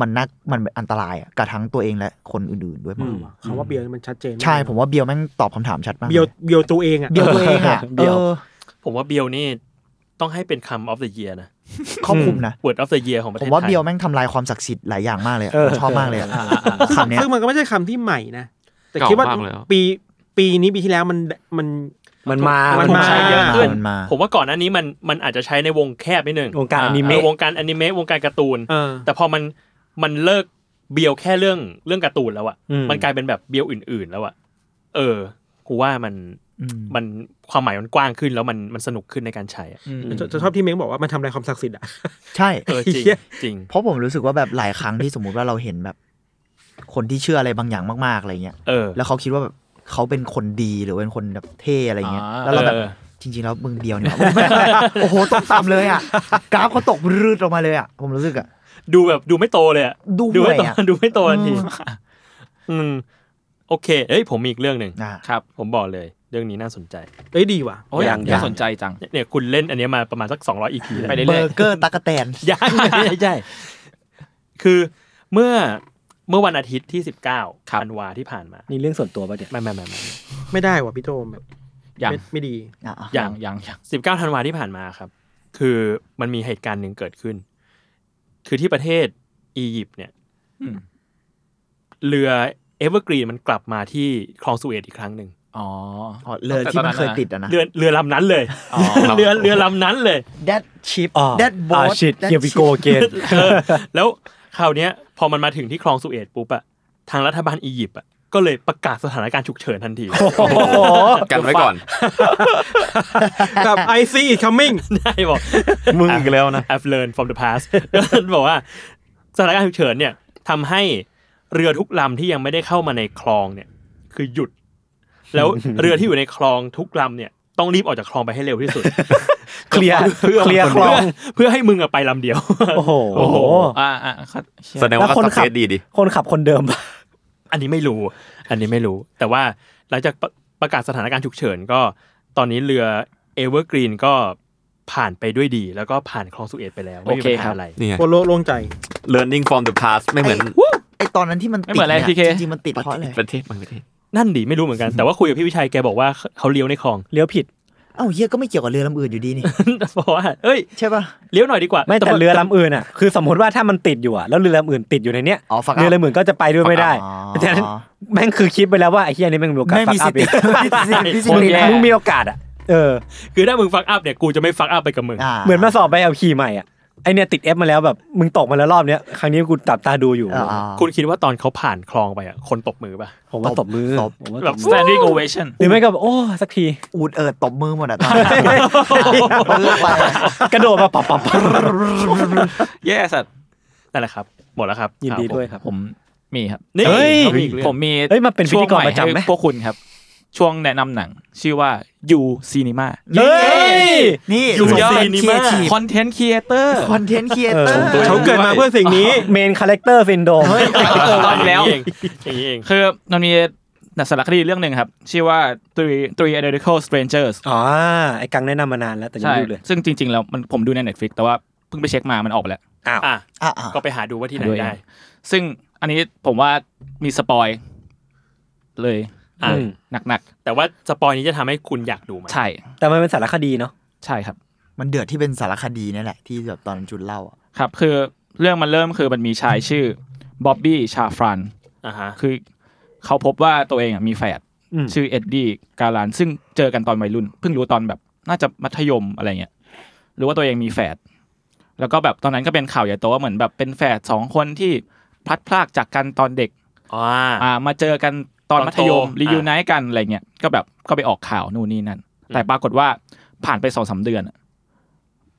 S5: มันน่ามันอันตรายอะกับทั้งตัวเองและคนอื่นๆด้วยมั้ง
S3: ว่ะคำว่าเบียวนี่มันชัดเจน
S5: ใช่ผมว่าเบียวแม่งตอบคำถามชัดมาก
S3: เบียวเบียวตัวเองอ่ะ
S5: เบียวตัวเองอะ
S8: เบียว
S5: เออ
S4: ๆ ผมว่าเบียวนี่ต้องให้เป็นคำ of the year นะ
S5: ครอบคลุมนะ
S4: word of the year ของประ
S5: ผ
S4: เท
S5: ม
S4: ศ
S5: ว่า
S4: ไทย
S5: เบียวแม่งทำลายความศักดิ์สิทธิ์หลายอย่างมากเลยอะ
S8: เออ
S5: ชอบมากเลยอะคำเนี้ย
S3: ซึ่งมันก็ไม่ใช่คำที่ใหม่นะแต่คิดว่า
S7: เก่ามากแล้ว
S3: ปีปีนี้ปีที่แล้วมันมัน
S8: มันมามั
S3: มั
S8: น นมา
S4: ใช้เยอะขึ้น
S5: มันมา
S4: ผมว่าก่อนหน้านี้มันมันอาจจะใช้ในวงแคบนิดนึง
S8: วงการอนิเมะ
S4: เวงการอนิเมะวงการการ์ตูน
S3: เออ
S4: แต่พอมันมันเลิกเบียวแค่เรื่องเรื่องการ์ตูนแล้วอะ
S8: อืม
S4: มันกลายเป็นแบบเบียวอื่น ๆ แล้วอะเออ กูว่ามัน
S5: อืม
S4: มันความหมายมันกว้างขึ้นแล้วมันมันสนุกขึ้นในการใช้อะ
S3: จะจะชอบที่เม้งบอกว่ามันทำลายความศักดิ์สิทธิ์อ่ะ
S5: ใช่
S4: เออจริง
S3: ไอ้เหี้ย
S4: จริง
S5: เพราะผมรู้สึกว่าแบบหลายครั้งที่สมมติว่าเราเห็นแบบ คนที่เชื่ออะไรบางอย่างมากๆอะไรเงี้ย
S4: เออ
S5: แล้วเขาคิดว่าแบบเขาเป็นคนดีหรือเป็นคนแบบเท่อะไรเงี้ย แล้วเราแบบจริงๆแล้วมึงเดียว เนี่ย โอ้โหตกต่ำเลยอ่ะกราฟเขาตกรืดออกมาเลยอ่ะผมรู้สึกอ่ะ
S4: ดูแบบดูไม่โตเลยอะ
S5: ดูห่ว
S4: ไม่
S5: ย
S4: โต
S5: อะ
S4: ดูไม่โตทันทีอืมโอเค เอ้ยผมมีอีกเรื่องหนึ่ง
S5: อ่า
S4: ครับผมบอกเลย เรื่องนี้น่าสนใจ
S3: เอ้ยดีว่ะ
S6: โอ้ย
S8: อย่าง
S6: น่าสนใจจัง
S4: เนี่ยคุณเล่นอันเนี้ยมาประมาณสักสองร้อยอีพีแล้ว
S6: ไปเรื่
S5: เบ
S6: อ
S5: อย ร์เกอร์ตะกะแตน
S4: ยัง ไม่ใช่ คือเมื่อเมื่อวันอาทิตย์ที่สิบเก้าธันวาที่ผ่านมา
S8: นี่เรื่องส่วนตัวปะเนี่ย
S4: ไม่ไม่ไม่ไม่
S3: ไม่ได้ว่ะพี่โตมแบบ
S6: ๆอย่าง
S3: ไม่ไม่ดี
S5: อ่ะ
S4: อ
S6: อย่
S4: า
S6: ย่าง งอย่างอย่าง
S4: สิบเก้าธันวาที่ผ่านมาครับ คือมันมีเหตุการณ์หนึ่งเกิดขึ้น คือที่ประเทศอียิปต์เนี่ย
S6: อืม
S4: เรือเอเวอร์กรีนมันกลับมาที่คลองสุเอตอีกครั้งหนึ่ง
S6: อ๋อ
S5: อ๋อเรือที่มันเคยติดอ่ะนะ
S4: เรือเรือลำนั้นเลย
S6: อ๋อ
S4: เรือเรือลำนั้นเลย
S5: that ship
S8: อ๋อ
S5: that
S8: อ่า
S5: boat
S8: ชิด
S5: that
S8: เฮียวิโก
S5: ship
S8: เก น
S4: เออแล้วคราวเนี้ยพอมันมาถึงที่คลองสุเอตปุ๊บอะทางรัฐบาลอียิปต์อะก็เลยประกาศสถานการณ์ฉุกเฉินทันที
S7: กันไว้ก่อน
S3: กับ I see it coming
S4: ได้บอก
S7: มึงอีกแล้วนะ
S4: I've learned from the past บอกว่าสถานการณ์ฉุกเฉินเนี่ยทำให้เรือทุกลำที่ยังไม่ได้เข้ามาในคลองเนี่ย คือหยุด แล้ว เรือที่อยู่ในคลองทุกลำเนี่ยต้องรีบออกจากคลองไปให้เร็วที่สุด
S8: เคลียร์
S4: เพื่อ
S8: เคลียร์คลอง
S4: เพื่เพื่อให้มึงอะไปลำเดียว
S8: โอ้โห
S4: โอ้โห
S6: อ่าอ่าครับเชี่ย
S7: แสดงว่า
S8: แล้ว
S7: ก็
S8: คน
S7: สัก
S8: ขั
S7: เซ
S8: บ
S7: สดีดิ
S8: คนขับคนเดิมปะ
S4: อันนี้ไม่รู้ อันนี้ไม่รู้ แต่ว่าหลังจากประประกาศสถานการณ์ฉุกเฉินก็ตอนนี้เรือเอเวอร์กรีนก็ผ่านไปด้วยดี แล้วก็ผ่านคลองสุเอตไปแล้วไม่มีปัญหาอะไร
S7: นี่ไง
S3: โปโลโลงใจ
S7: learning from the past ไม่เหมือน
S5: ไอตอนนั้นที่มัน
S6: ไม่
S5: ติ
S6: เหมื
S5: ด
S6: อนอะไร
S5: เนี่ย
S6: ทีเค
S5: จริงๆมันติดเพราะอะไร
S7: ประเทศบางประเทศ
S4: นั่นดิไม่รู้เหมือนกัน แต่ว่าคุยกับพี่วิชัยแกบอกว่าเขาเลี้ยวในคลอง
S8: เลี้ยวผิด
S5: เอ้าเฮียก็ไม่เกี่ยวกับเรือลำอื่นอยู่ดีนี่
S4: บอกว่าเอ้ย
S5: ใช่ป่ะ
S4: เลี้ยวหน่อยดีกว่า
S8: ไม่แต่
S4: ว่า
S8: เรือลำอื่นอ่ะคือสมมติว่าถ้ามันติดอยู่อ่ะแล้วเรือลำอื่นติดอยู่ในเนี้ย
S5: อ๋อ fuck up
S8: เรือลำอื่นก็จะไปด้วยไม่ได้
S5: อ๋อ
S8: เพราะฉะนั้นแม่งคือคิดไปแล้วว่าไอ้เฮียนี่แม่งมีโอกาส
S5: ไม่มี
S8: ฟัก
S5: สิ
S8: อัพ
S5: ทธิ์
S8: อีก
S5: ไม่มีสิทธิ์ไม่มีสิทธิ์
S6: โคตรแย่
S8: มึงมีโอกาสอ่ะเออ
S4: คือถ้ามึงฟักอัพเนี่ยกูจะไม่ฟักอัพไปกับมึง
S5: า
S8: เหมือนมาสอบใบขับขี่ใหม่อ่ะไอเนี่ยติด F มาแล้วแบบมึงตกมาแล้วรอบเนี้ยครั้งนี้กูตับตาดูอยู่
S4: คุณคิดว่าตอนเขาผ่านคลองไปอ่ะคนตบมือป่ะ
S8: ผมว่า
S5: ต
S8: ต
S5: บบ
S8: มือ
S5: ตบ
S8: ผมว่า
S4: แบ
S8: ต
S4: บ
S8: บมือ
S6: standing ovation
S8: หรือไม่ก็แบบโอ้สักที
S5: อูดเอิดตบมือหมดอ่ะตอนนั้นเลือกไปอะ
S8: กระโดดมาปับปับปับ
S6: แย่สัตว์
S4: นั่นแหละครับ หมดแล้วครับ
S8: ยินดี
S4: ครับผม
S8: ด้วยครับ
S6: ผมมีครับ
S4: นี่
S8: เฮ้ย
S4: ขามีอีกเรื่อง
S6: ผมมี
S8: เฮ้ยมาเป็นพิธีกรประจำไหม
S6: ช่วงใให้พวกคุณครับ ช่วงแนะนำหนัง ชื่อว่า You Cinema
S8: เฮ้ย
S5: นี่
S4: อยู่
S5: ส่ง
S4: ซีนีมา
S6: Content Creator
S5: คอนเทนต์ครีเอเตอร์
S8: เออ
S3: เขาเกิดมาเพื่อสิ่งนี้
S8: เมนคาแรคเตอร์ซินโดม
S4: เออ
S6: ต้องแล้ว
S4: อย่างนี้เองอย่างนี้เอง
S6: คือมันมี สารคดีเรื่องหนึ่งครับ ชื่อว่า three three identical strangers
S8: อ๋อไอ้กังแนะนำมานานแล้วแต่ยัง
S6: ใช่
S8: ไม่ดูเลย
S6: ซึ่งจริงๆแล้วมันผมดูใน Netflix แต่ว่าเพิ่งไปเช็คมามันออกไปแล้ว
S8: อ้าว
S4: อ่ะ
S5: อ่ะอ่ะ
S4: ก็ไปหาดูว่าที่ไหน
S6: ด้วย
S4: ได้
S6: ซึ่งอันนี้ผมว่ามีสปอยเลย
S4: อ่ะ
S6: เลยหนัก
S4: แต่ว่าสปอยนี้จะทำให้คุณอยากดูมัน
S6: ๆ ใช่
S8: แต่มันเป็นสารคดีเนาะ
S6: ใช่ครับ
S5: มันเดือดที่เป็นสารคดีนี่แหละที่แบบตอนจุนเล่าอะ
S6: ครับ คือเรื่องมันเริ่มคือมันมีชายชื่อบ๊อบบี้ชาฟรัน
S4: อ่าฮะ
S6: คือเขาพบว่าตัวเองอ่ะมีแฝด
S8: อืม
S6: ชื่อเอ็ดดี้กาลันซึ่งเจอกันตอนวัยรุ่น เพิ่งรู้ตอนแบบน่าจะมัธยมอะไรเงี้ยรู้ว่าตัวเองมีแฝดแล้วก็แบบตอนนั้นก็เป็นข่าวใหญ่โตว่าเหมือนแบบเป็นแฝดสองคนที่พลัดพรากจากกันตอนเด็ก
S4: อ่า
S6: อ่ามาเจอกันตอน
S4: ตอนโต
S6: มัธยม
S4: อ่ะ
S6: รีวิวไนท์กันอะไรเงี้ยก็แบบก็ไปออกข่าวนู่นนี่นั่น แต่ปรากฏว่าผ่านไปสองสามเดือนอะ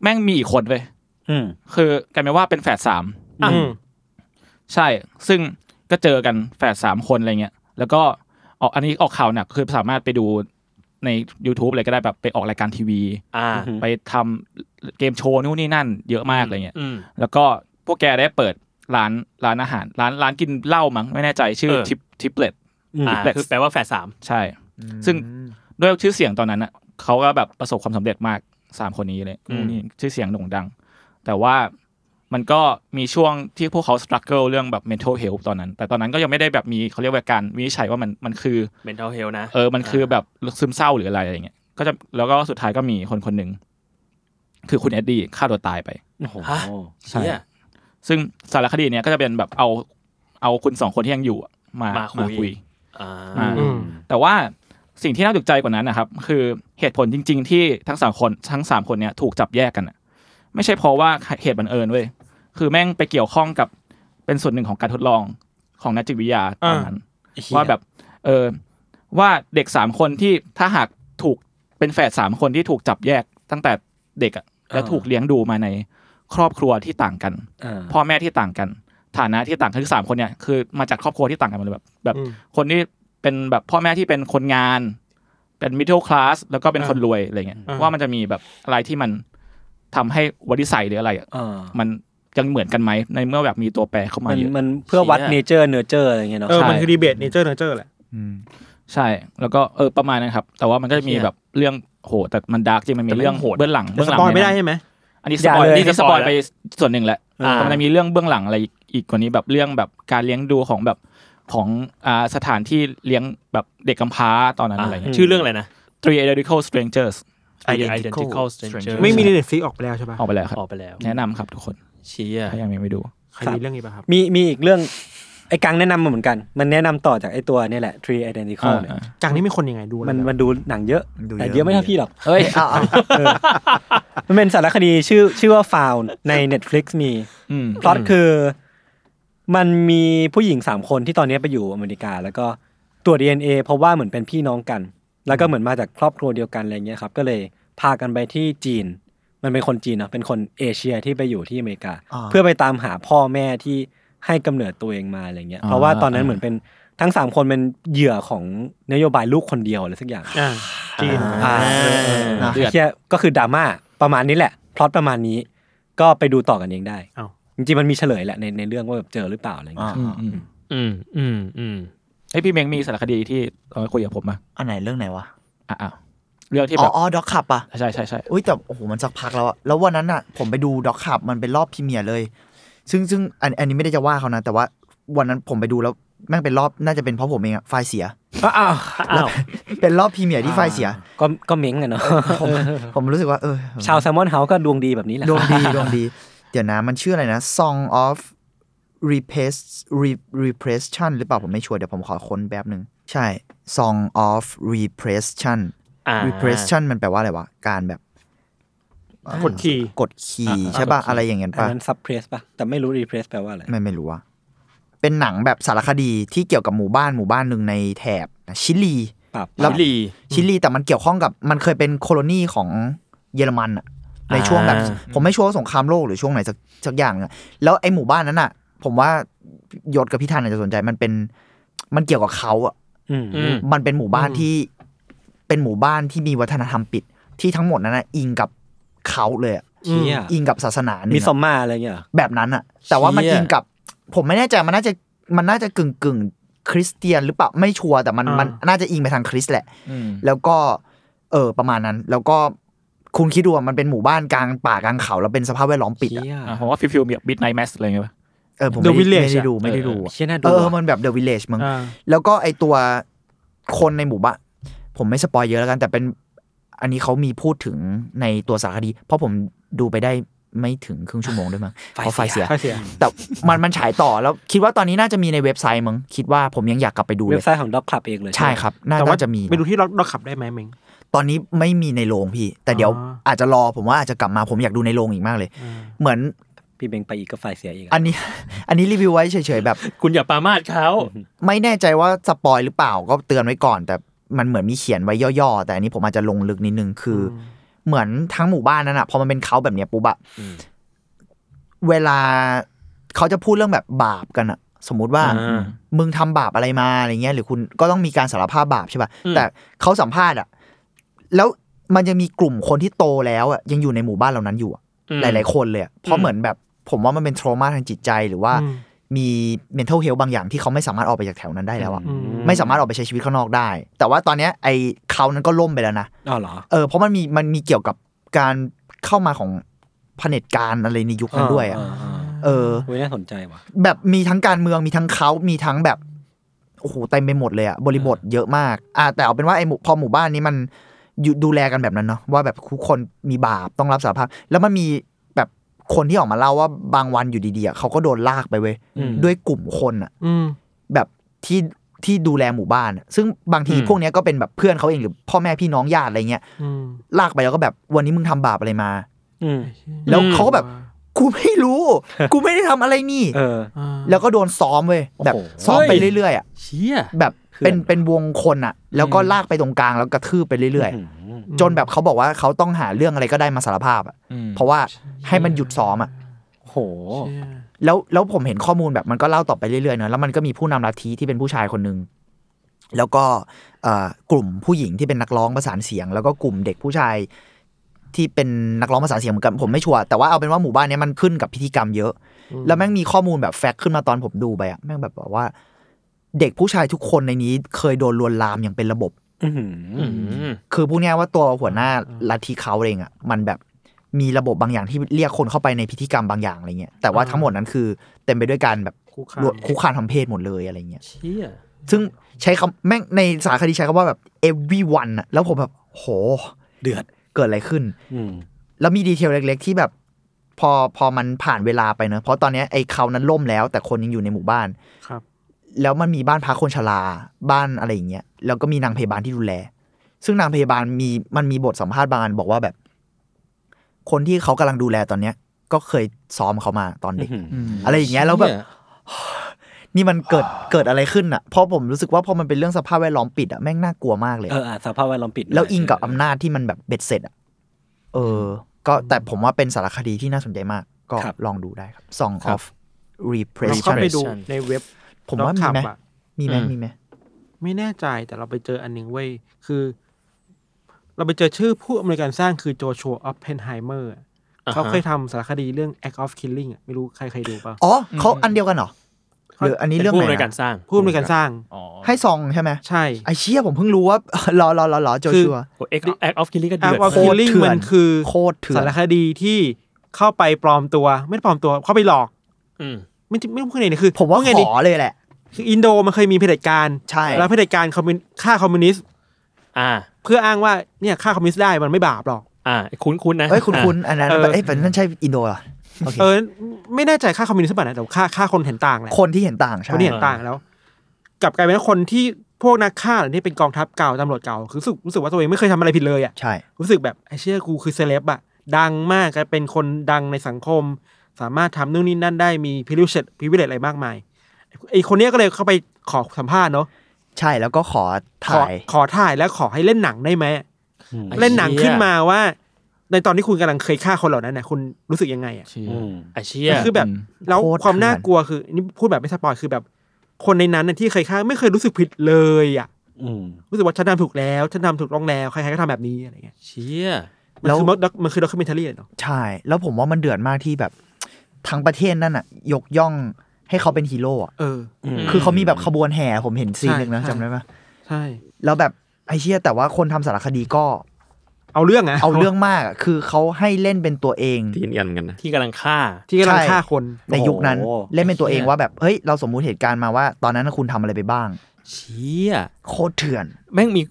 S6: แม่งมีอีกคนเว้ย
S8: อืม
S6: คือกลายเป็นว่าเป็นแฝดสาม
S3: อืม
S6: ใช่ ซึ่งก็เจอกันแฝดสามคนอะไรเงี้ย แล้วก็ออกอันนี้ออกข่าวหนักคือสามารถไปดูใน YouTube อะไรก็ได้แบบไปออกรายการทีวี
S4: อ่า
S6: ไปทำเกมโชว์นู่นนี่นั่น เยอะมากอะไรเงี้ย
S4: อืม
S6: แล้วก็พวกแกได้เปิดร้านร้านอาหาร ร้านร้านกินเหล้ามั้งไม่แน่ใจชื่อ
S4: เออ
S6: ทิปทิปเลต
S4: อ่า
S6: Duplex
S4: คือแปลว่าแฝดสาม
S6: ใช่ ซึ่งด้วยชื่อเสียงตอนนั้นอ่ะเขาก็แบบประสบความสำเร็จมากสามคนนี้เลย
S4: อืม
S6: นี่ชื่อเสียงโด่งดัง แต่ว่ามันก็มีช่วงที่พวกเขาสครัลเกิลเรื่องแบบ mental health ตอนนั้น แต่ตอนนั้นก็ยังไม่ได้แบบมีเขาเรียกว่าการวินิจฉัยว่ามันมันคือ
S4: mental health นะ
S6: เออมันคือแบบซึมเศร้าหรืออะไรอย่างเงี้ยก็จะแล้วก็สุดท้ายก็มีคนคนหนึ่งคือคุณเอ็ดดี้ฆ่าตัวตายไป
S8: โอ้โห
S4: ฮะ
S6: ใช่
S4: เชี่ย
S6: ซึ่งสารคดีเนี้ยก็จะเป็นแบบเอาเอาคุณสองคนที่ยังอยู่อะมา
S4: มาคุย
S6: มาคุย
S4: อ่า
S6: อ่า
S3: อืม
S6: แต่ว่าสิ่งที่น่าตกใจกว่านั้นนะครับ คือเหตุผลจริง ๆ ที่ทั้งสามคนทั้งสามคนเนี่ยถูกจับแยกกันน่ะไม่ใช่เพราะว่าเหตุบังเอิญเว้ยคือแม่งไปเกี่ยวข้องกับเป็นส่วนหนึ่งของการทดลองของนักจิตวิทยาตอนนั้น ว่าแบบเออว่าเด็กสามคนที่ถ้าหากถูกเป็นแฝดสามคนที่ถูกจับแยกตั้งแต่เด็กอะแล้วถูกเลี้ยงดูมาในครอบครัวที่ต่างกัน
S8: อ่า
S6: พ่อแม่ที่ต่างกัน ฐานะที่ต่างกันคือสามคนเนี่ยคือมาจากครอบครัวที่ต่างกันหมดเลยแบบแบบ
S3: อืม
S6: คนที่เป็นแบบพ่อแม่ที่เป็นคนงาน เป็น middle class แล้วก็เป็นคนรวยอะไรเงี้ย
S3: อ่า
S6: ว่ามันจะมีแบบอะไรที่มันทำให้วัติสัยหรืออะไรอะ
S8: อ่า
S6: มันยังเหมือนกันไหมในเมื่อแบบมีตัวแปรเข้ามา
S8: มัน
S6: เยอะ
S8: มันเพื่อวัดเน
S4: ชี่ย
S8: เจอร์เนเจอร์อะไรเงี้ยเนาะ
S3: เออ
S6: ใช่
S3: มันคือดีเบตเนเจอร์เนเจอร์แหละ
S5: อืม
S6: ใช่ แล้วก็เออประมาณนั้นครับ แต่ว่ามันก็จะมีแบบเรื่องโหแต่มันดาร์กจริงมันมีเรื่องโหดเบื้องหลัง
S3: แต่
S6: เบื้อง
S3: ส
S6: หลัง
S3: ปอยไม่ได้
S6: เนี่
S3: ใช่
S6: ยนะ
S3: ไหม
S6: อันนี้สปอย
S4: อย่าเลย
S6: นี่จะสปอยไปส่วนหนึ่งแหละ
S4: อ่า
S6: แต่มันจะมีเรื่องเบื้องหลังอะไรอีกกว่านี้แบบเรื่องแบบการเลี้ยงดูของแบบของอ่าสถานที่เลี้ยงแบบเด็กกำพร้าตอนนั้นอะไรเงี้ย
S4: ชื่อเรื่องอะไรนะ
S6: Three Identical Strangers
S4: Identical
S5: Identical
S4: Stranger
S3: ไม่มีในเน็ตฟลิกออกไปแล้วใช่ปะ
S6: ออกไปแล้วครับ
S4: ออกไปแล้ว
S6: แนะนำครับทุกคน
S4: เชี่ย
S6: ถ้ายังไม่ดู
S3: ใครมีเรื่องนี้ปะครับ
S8: มีมีอีกเรื่องไอ้กังแนะนำมาเหมือนกัน มันแนะนำต่อจากไอ้ตัวเนี่ยแหละ Tree Identical เนี่ย
S3: จังนี่เป็นคนยังไงดู
S8: มัน
S3: แล้ว
S8: มันดูหนังเยอะ
S5: ดูเยอะ
S8: แต่เยอะไม่เท่าพี่หรอก
S5: เอ้ยเอาเอา
S8: มันเป็นสารคดีชื่อชื่อว่า Found ใน Netflix มี
S6: อืม
S8: พล็อตคือมันมีผู้หญิงสามคนที่ตอนนี้ไปอยู่อเมริกา แล้วก็ตรวจ DNA เพราะว่าเหมือนเป็นพี่น้องกัน แล้วก็เหมือนมาจากครอบครัวเดียวกันอะไรเงี้ยครับ ก็เลยพากันไปที่จีน มันเป็นคนจีนเนาะเป็นคนเอเชียที่ไปอยู่ที่อเมริกา
S5: า
S8: เพื่อไปตามหาพ่อแม่ที่ให้กำเนิดตัวเองมาอะไรเงี้ย
S6: อ่า
S8: เพราะว่าตอนนั้นเหมือนเป็นทั้งสามคนเป็นเหยื่อของนโยบายลูกคนเดียวอะไรสักอย่าง
S3: อ่าจีน
S8: อ่า
S5: อ่า
S8: ไอ้เหี้ยก็คือดราม่าประมาณนี้แหละพล็อตประมาณนี้ก็ไปดูต่อกันเองได้
S3: เอา
S8: จริงๆมันมีเฉลยแหละในในเรื่องว่าแบบเจอหรือเปล่าอะไรอย่าง
S5: อ่า
S8: เงี้ย
S6: อืมอืม
S4: อืมอืมอืม
S6: เอ้ยพี่เมงมีสารคดีที่เอาไว้คุยกับผมมา
S5: อันไหนเรื่องไหนวะ
S6: อ่ะอ้าวเรื่องที่
S5: อ๋
S6: แบ
S5: อบ อ๋อด็อกขับอ่ะ
S6: ใช่ใช่ใช่
S5: อุ้ยแต่โอ้โหมันสักพักแล้วอะแล้ววันนั้นอะผมไปดูด็อกขับมันเป็นรอบพรีเมียร์เลย ซึ่งซึ่งอันอันนี้ไม่ได้จะว่าเขานะ แต่ว่าวันนั้นผมไปดูแล้วแม่งเป็นรอบน่าจะเป็นเพราะผมเองอะไฟล์เสีย
S8: อ้าว
S4: อ้าว
S5: เป็นรอบพรีเมียร์ที่ไฟล์เสีย
S8: ก็ก็เม้งอะเนาะ
S5: ผมผมรู้สึกว่าเออ
S8: ชาวแซมมอนเฮาส์ก็ดวงดีแบบนี้แหละ
S5: ดวงดีดวงดี เดี๋ยวนะ มันชื่ออะไรนะ Song of Repress Re- Repression หรือเปล่า ผมไม่ชัวร์เดี๋ยวผมขอค้นแป๊บหนึ่งใช่ Song of Repression
S4: อ่า
S5: Repression มันแปลว่าอะไรวะ การแบบ
S3: กดขี่
S5: กดขี่ใช่ป่ะ อะไรอย่างเงี้ย
S8: อัน
S5: ป่ะ
S8: นั้นซับเพรสป่ะ แต่ไม่รู้รีเพรสแปลว่าอะไร
S5: ไม่ไม่รู้ว่า เป็นหนังแบบสารคดีที่เกี่ยวกับหมู่บ้านหมู่บ้านหนึ่งในแถบชิลี
S8: ปรับ
S5: แล้ว
S4: ชิลี
S5: ชิลีแต่มันเกี่ยวข้องกับมันเคยเป็นโคโลนีของเยอรมันอะในช่วงแบบ
S4: อ่า
S5: ผมไม่ชัวร์ว่าสงครามโลกหรือช่วงไหนสักสักอย่างอะแล้วไอหมู่บ้านนั้นอะผมว่ายศกับพี่ธันอาจจะสนใจมันเป็นมันเกี่ยวกับเขาอะ
S8: อืม
S4: อืม
S5: มันเป็นหมู่บ้านที่เป็นหมู่บ้านที่มีวัฒนธรรมปิด ที่ทั้งหมดนั้นอะอิงกับเขาเลยอะ
S8: เชี่ย
S5: อิงกับศาสนาหนึ่ง
S8: มี
S5: อะ
S8: ซอมมาอะไรเงี้ยเหรอ
S5: แบบนั้นอะแต่ว่ามัน
S4: เชี่ย
S5: อิงกับ ผมไม่แน่ใจมันน่าจะมันน่าจะกึ่งกึ่ง คริสเตียนหรือเปล่าไม่ชัวร์แต่มัน
S3: อ่ามั
S5: มันน่าจะอิงไปทางคริสต์แหละ
S6: อืม
S5: แล้วก็ เออประมาณนั้น แล้วก็คุณคิดดูอะมันเป็นหมู่บ้านกลางป่ากลางเขา แล้วเป็นสภาพแวดล้อมปิดอะ
S6: อ่ะผมว่าฟิลฟิลแบบบิดไนแมสอะไรเงี้ยป่ะ
S5: เออผม
S3: The
S5: ไม่ได้
S3: Village
S5: ไม่ได้
S3: อะ
S5: ดูไม่ได้ดูอะ
S8: เชี่ยน่าดู
S5: เออ
S8: ว่ะ
S5: มันแบบเดอะวิลเลจมึง
S3: อ่า
S5: แล้วก็ไอตัวคนในหมู่บ้านผมไม่สปอยเยอะแล้วกัน แต่เป็นอันนี้เขามีพูดถึงในตัวสารคดี เพราะผมดูไปได้ไม่ถึงครึ่งชั่วโมงด้วยมั้งเพราะไฟเสีย
S3: ค่าเสีย
S5: แต่มันมันฉายต่อแล้วคิดว่าตอนนี้น่าจะมีในเว็บไซต์มั้งคิดว่าผมยังอยากกลับไปดูเล
S8: เว็บ
S5: ย
S8: ไซต์ของด็อกคลับเองเลย
S5: ใช่ครับน่า
S3: แต่ว่า
S5: น่าจะมี
S3: ไปดูที่ล็อกล็อกขับได้ไหมเมง
S5: ตอนนี้ไม่มีในโรงพี่ แต่เดี๋ยว
S3: อ๋ออ
S5: อาจจะรอผมว่าอาจจะกลับมาผมอยากดูในโรงอีกมากเลย เหมือน
S8: พี่เบงไปอีกก็ไฟเสียอีก
S5: อันนี้ อันนี้รีวิวไว้เฉยๆแบบ
S4: คุณอย่าปรามาดเขา
S5: ไม่แน่ใจว่าสปอยหรือเปล่าก็เตือนไว้ก่อน แต่มันเหมือนมีเขียนไว้ย่อๆ แต่อันนี้ผมอาจจะลงลึกนิดนึงคืออเหมือนทั้งหมู่บ้านนั้นอ่ะพอมันเป็นเขาแบบเนี้ยปุ๊บอะเวลาเขาจะพูดเรื่องแบบบาปกันอะสมมุติว่า
S4: อ่า
S5: มึงทำบาปอะไรมาอะไรเงี้ย หรือคุณก็ต้องมีการสารภาพบาปใช่ป่ะ
S4: อืม
S5: แต่เขาสัมภาษณ์อ่ะแล้วมันจะมีกลุ่มคนที่โตแล้วอ่ะยังอยู่ในหมู่บ้านเหล่านั้นอยู่อะหลาย ๆ คนเลยอะเพราะเหมือนแบบผมว่ามันเป็น t r a u m a ทางจิตใจหรือว่า
S3: อืม
S5: มี mental health บางอย่างที่เขาไม่สามารถออกไปจากแถวนั้นได้แล้วอะ
S3: อืม
S5: ไม่สามารถออกไปใช้ชีวิตข้างนอกได้ แต่ว่าตอนเนี้ยไอ้เขานั้นก็ล่มไปแล้วนะ
S8: อ๋อเหรอ
S5: เออเพราะมันมีมันมีเกี่ยวกับการเข้ามาของเผน็จการอะไรในยุคนั้นด้วยอะเออ
S8: เว้ยน่าสนใจว่ะ
S5: แบบมีทั้งการเมืองมีทั้งเขามีทั้งแบบโอ้โหเต็มไปหมดเลยอะบริบทเยอะมากอ่ะแต่เอาเป็นว่าไอ้หมู่พอหมู่บ้านนี้มันอยู่ดูแลกันแบบนั้นเนาะว่าแบบทุกคนมีบาปต้องรับสารภาพ แล้วมันมีแบบคนที่ออกมาเล่าว่าบางวันอยู่ดีๆอะเขาก็โดนลากไปเว้ยด้วยกลุ่มคนอะ
S3: อืม
S5: แบบที่ที่ดูแลหมู่บ้านอะซึ่งบางที
S4: อืม
S5: พวกเนี้ยก็เป็นแบบเพื่อนเขาเองหรือพ่อแม่พี่น้องญาติอะไรเงี้ย
S3: อืม
S5: ลากไปแล้วก็แบบวันนี้มึงทำบาปอะไรมา
S8: อืม
S5: แล้วเขาก็แบบกูไม่รู้ กูไม่ได้ทำอะไรนี่
S8: เออ
S5: แล้วก็โดนซ้อมเว้ยแบบ
S8: โอ้โห
S5: ซ้อมไปเรื่อยๆอ่ะ
S4: เชี่ย
S5: แบบ
S8: เพื่อน
S5: เป็นเป็นวงคนอ่ะ แล้วก็ลากไปตรงกลางแล้วกระทืบไปเรื่อยๆอะจนแบบเขาบอกว่าเขาต้องหาเรื่องอะไรก็ได้มาสารภาพอะ
S6: อืม
S5: เพราะว่าให้มันหยุดซ้อมอ่ะ
S8: โอ้โห
S5: แล้วแล้วผมเห็นข้อมูลแบบมันก็เล่าต่อไปเรื่อยๆเนอะแล้วมันก็มีผู้นำลัทธิที่เป็นผู้ชายคนหนึ่งแล้วก็เอ่อกลุ่มผู้หญิงที่เป็นนักร้องประสานเสียง แล้วก็กลุ่มเด็กผู้ชายที่เป็นนักร้องประสานเสียงเหมือนกันผมไม่ชัวร์แต่ว่าเอาเป็นว่าหมู่บ้านเนี้ยมันขึ้นกับพิธีกรรมเยอะ แล้วแม่งมีข้อมูลแบบแฟกต์ขึ้นมาตอนผมดูไปอะแม่งแบบบอกว่า เด็กผู้ชายทุกคนในนี้เคยโดนลวนลามอย่างเป็นระบบ
S8: อือหื
S4: อื
S8: อ
S4: ม
S5: คือพูดง่ายๆว่าตัวหัวหน้าลัทธิเขาเองอ่ะมันแบบมีระบบบางอย่างที่เรียกคนเข้าไปในพิธีกรรมบางอย่างอะไรเงี้ยแต่ว่า
S3: อ่า
S5: ทั้งหมดนั้นคือเต็มไปด้วยการแบบ
S3: คุกคาม
S5: ลวคุกคามทางเพศหมดเลยอะไรเงี้ย
S4: เชี่ย
S5: ซึ่งใช้คำแม่งในสารคดีใช้คำว่าแบบ everyone อะแล้วผมแบบโห
S8: เดือด
S5: เกิดอะไรขึ้น
S8: อืม
S5: แล้วมีดีเทลเล็ก ๆ ที่แบบ พอพอมันผ่านเวลาไปเนอะเพราะตอนเนี้ยไอ้เขานั้นล่มแล้ว แต่คนยังอยู่ในหมู่บ้าน
S3: ครับ
S5: แล้วมันมีบ้านพักคนชราบ้านอะไรอย่างเงี้ยแล้วก็มีนางพยาบาลที่ดูแล ซึ่งนางพยาบาลมีมันมีบทสัมภาษณ์บางอันบอกว่าแบบ คนที่เขากำลังดูแลตอนเนี้ย ก็เคยซ้อมเขามาตอนเด็ก
S8: อื้อหืออื
S5: มอะไรอย่างเงี้ยแล้วแบบ นี่มันเกิดเกิดอะไรขึ้นอ่ะเพราะผมรู้สึกว่าพอมันเป็นเรื่องสภาพแวดล้อมปิดอ่ะแม่งน่ากลัวมากเลย
S8: เอ
S5: อะ
S8: ออ่ะสภาพแวดล้อมปิด
S5: แล้วอิงกับอำนาจที่มันแบบเบ็ดเสร็จอ่ะเออ ก็แต่ผมว่าเป็นสารคดีที่น่าสนใจมาก ก็ลองดูได้ครับ Song
S6: ครับ
S5: of
S3: เราเข้า
S5: Repression
S3: ไปดูในเว็บ
S5: ผมว่ามีไหม
S3: ล็อกขับอะ
S5: มีไหม
S6: อืม
S5: มีไหม
S3: ไม่แน่ใจแต่เราไปเจออันหนึ่งเว้ย คือ เราไปเจอชื่อผู้อำนวยการสร้างคือโจชัวออฟเพนไฮเมอร์ เขาเคยทำสารคดีเรื่อง Act of Killing อะไม่รู้ใครเคยดูเปล่า
S5: อ๋อเขาอันเดียวกันเหรอหรืออันนี้
S4: เป็น
S5: เรื่อง
S4: ผู้
S5: ไหน
S4: อำนวยกา
S5: นะ
S4: รสร้าง
S3: ผู้อำนวยการสร้าง
S6: อ๋อ
S5: ให้ซองใช่ไหม
S3: ใช่
S5: ไอเชี่ยผมเพิ่งรู้ว่า รอรอรอรอโจชัว
S4: โอ้เอ็กแอคออฟคิลลี่ก็เดือด
S3: Act of
S5: โคตร
S3: Killing
S5: เถื่อน
S3: มันคือ
S5: โคตรเถื่อน
S3: สารคดีที่เข้าไปปลอมตัว ไม่ได้ปลอมตัว เข้าไปหลอก
S4: อืม
S3: ไม่ใช่ไม่รู้พูดไงเนี่ยคือ
S5: ผมว่า
S3: พูดไง
S5: ข
S3: ดี
S5: อเลยแหละ
S3: คืออินโดมันเคยมีเผด็จการ
S5: ใช่
S3: แล้วเผด็จการคอมมิวนิฆ่าคอมมิวนิสต์
S4: อ่า
S3: เพื่ออ้างว่าเนี่ยฆ่าคอมมิวนิสต์ได้มันไม่บาปหรอก
S4: อ่า คุ้นคุ้นๆนะ
S5: เอ้ยคุณคุณอันนั้น
S3: เออ
S5: เอ้ยเป็นนั่นใช่อินโดเหรอโอเค
S3: เออ ไม่แน่ใจฆ่าคอมมิวนิสต์หรือเปล่านะแต่ฆ่าฆ่าคนเห็นต่างแหละ
S5: คนที่เห็นต่างใช่
S3: คนที่เห็นต่างแล้ว กลับกลายเป็นว่าคนที่พวกนักฆ่าเหล่านี่เป็นกองทัพเก่าตำรวจเก่าคือรู้สึกรู้สึกว่าตัวเองไม่เคยทำอะไรผิดเลยอ่ะ
S5: ใช่
S3: รู้สึกแบบไอ้เชื่อกูคือเซเลบอ่ะดังมากกลายเป็นคนดังในสังคม สามารถทำนู่นนี่นั่นได้มีพิวิเลตพิวิเลตอะไรมากมายไอ้คนเนี้ยก็เลยเข้าไปขอสัมภาษณ์เนาะ
S5: ใช่แล้วก็ขอ
S3: ขอ
S5: ถ่าย
S3: ขอถ่ายแล้วขอให้เล่นหนังได้ไหม
S4: อ่ะ
S3: เล่นหนังขึ้นมา
S4: เชี่ย
S3: ว่า ในตอนที่คุณกำลังเคยฆ่าคนเหล่านั้นน่ะคุณรู้สึกยังไงอ่ะ
S6: เชี่ย
S8: อืม
S4: ไอเชี่ย
S3: คือแบบ
S6: อืม
S3: แล้วความน่ากลัวคือนี่พูดแบบไม่สปอยคือแบบ คนในนั้นน่ะที่เคยฆ่าไม่เคยรู้สึกผิดเลยอ่ะ
S8: อืม
S3: รู้สึกว่าฉันทำถูกแล้วฉันทำถูกต้องแล้วใครๆก็ทำแบบนี้อะไรเงี้ย
S4: เชี่ย
S3: มันคือมันมันคือด็อกิเมนทารีเนาะ
S5: ใช่ แล้วผมว่ามันเดือดมากที่แบบทั้งประเทศนั่นอ่ะ ยกย่อง ให้เขาเป็นฮีโร่อะ
S3: เออ
S5: คือเขามีแบบขบวนแห่ผมเห็นซีนหนึ่งนะ
S3: ใช่
S5: จำได้ปะ
S3: ใช่
S5: แล้วแบบไอเชี่ยแต่ว่าคนทำสารคดีก็
S3: เอาเรื่องอะ
S5: เอาเรื่องมากอะคือเขาให้เล่นเป็นตัวเอง
S7: ที่เรียนเหมือนกันนะ
S4: ที่กำลังฆ่า
S3: ที่กำลัง
S5: ใช่
S3: ฆ่าคน
S5: ในยุคนั้น
S8: โอ้โห
S5: เล่นเป็นตัวเองว่าแบบเฮ้ยเราสมมุติเหตุการณ์มาว่า ตอนนั้นคุณทำอะไรไปบ้าง
S4: เชี่ย
S5: โคตรเถื่อน
S4: แม่งมี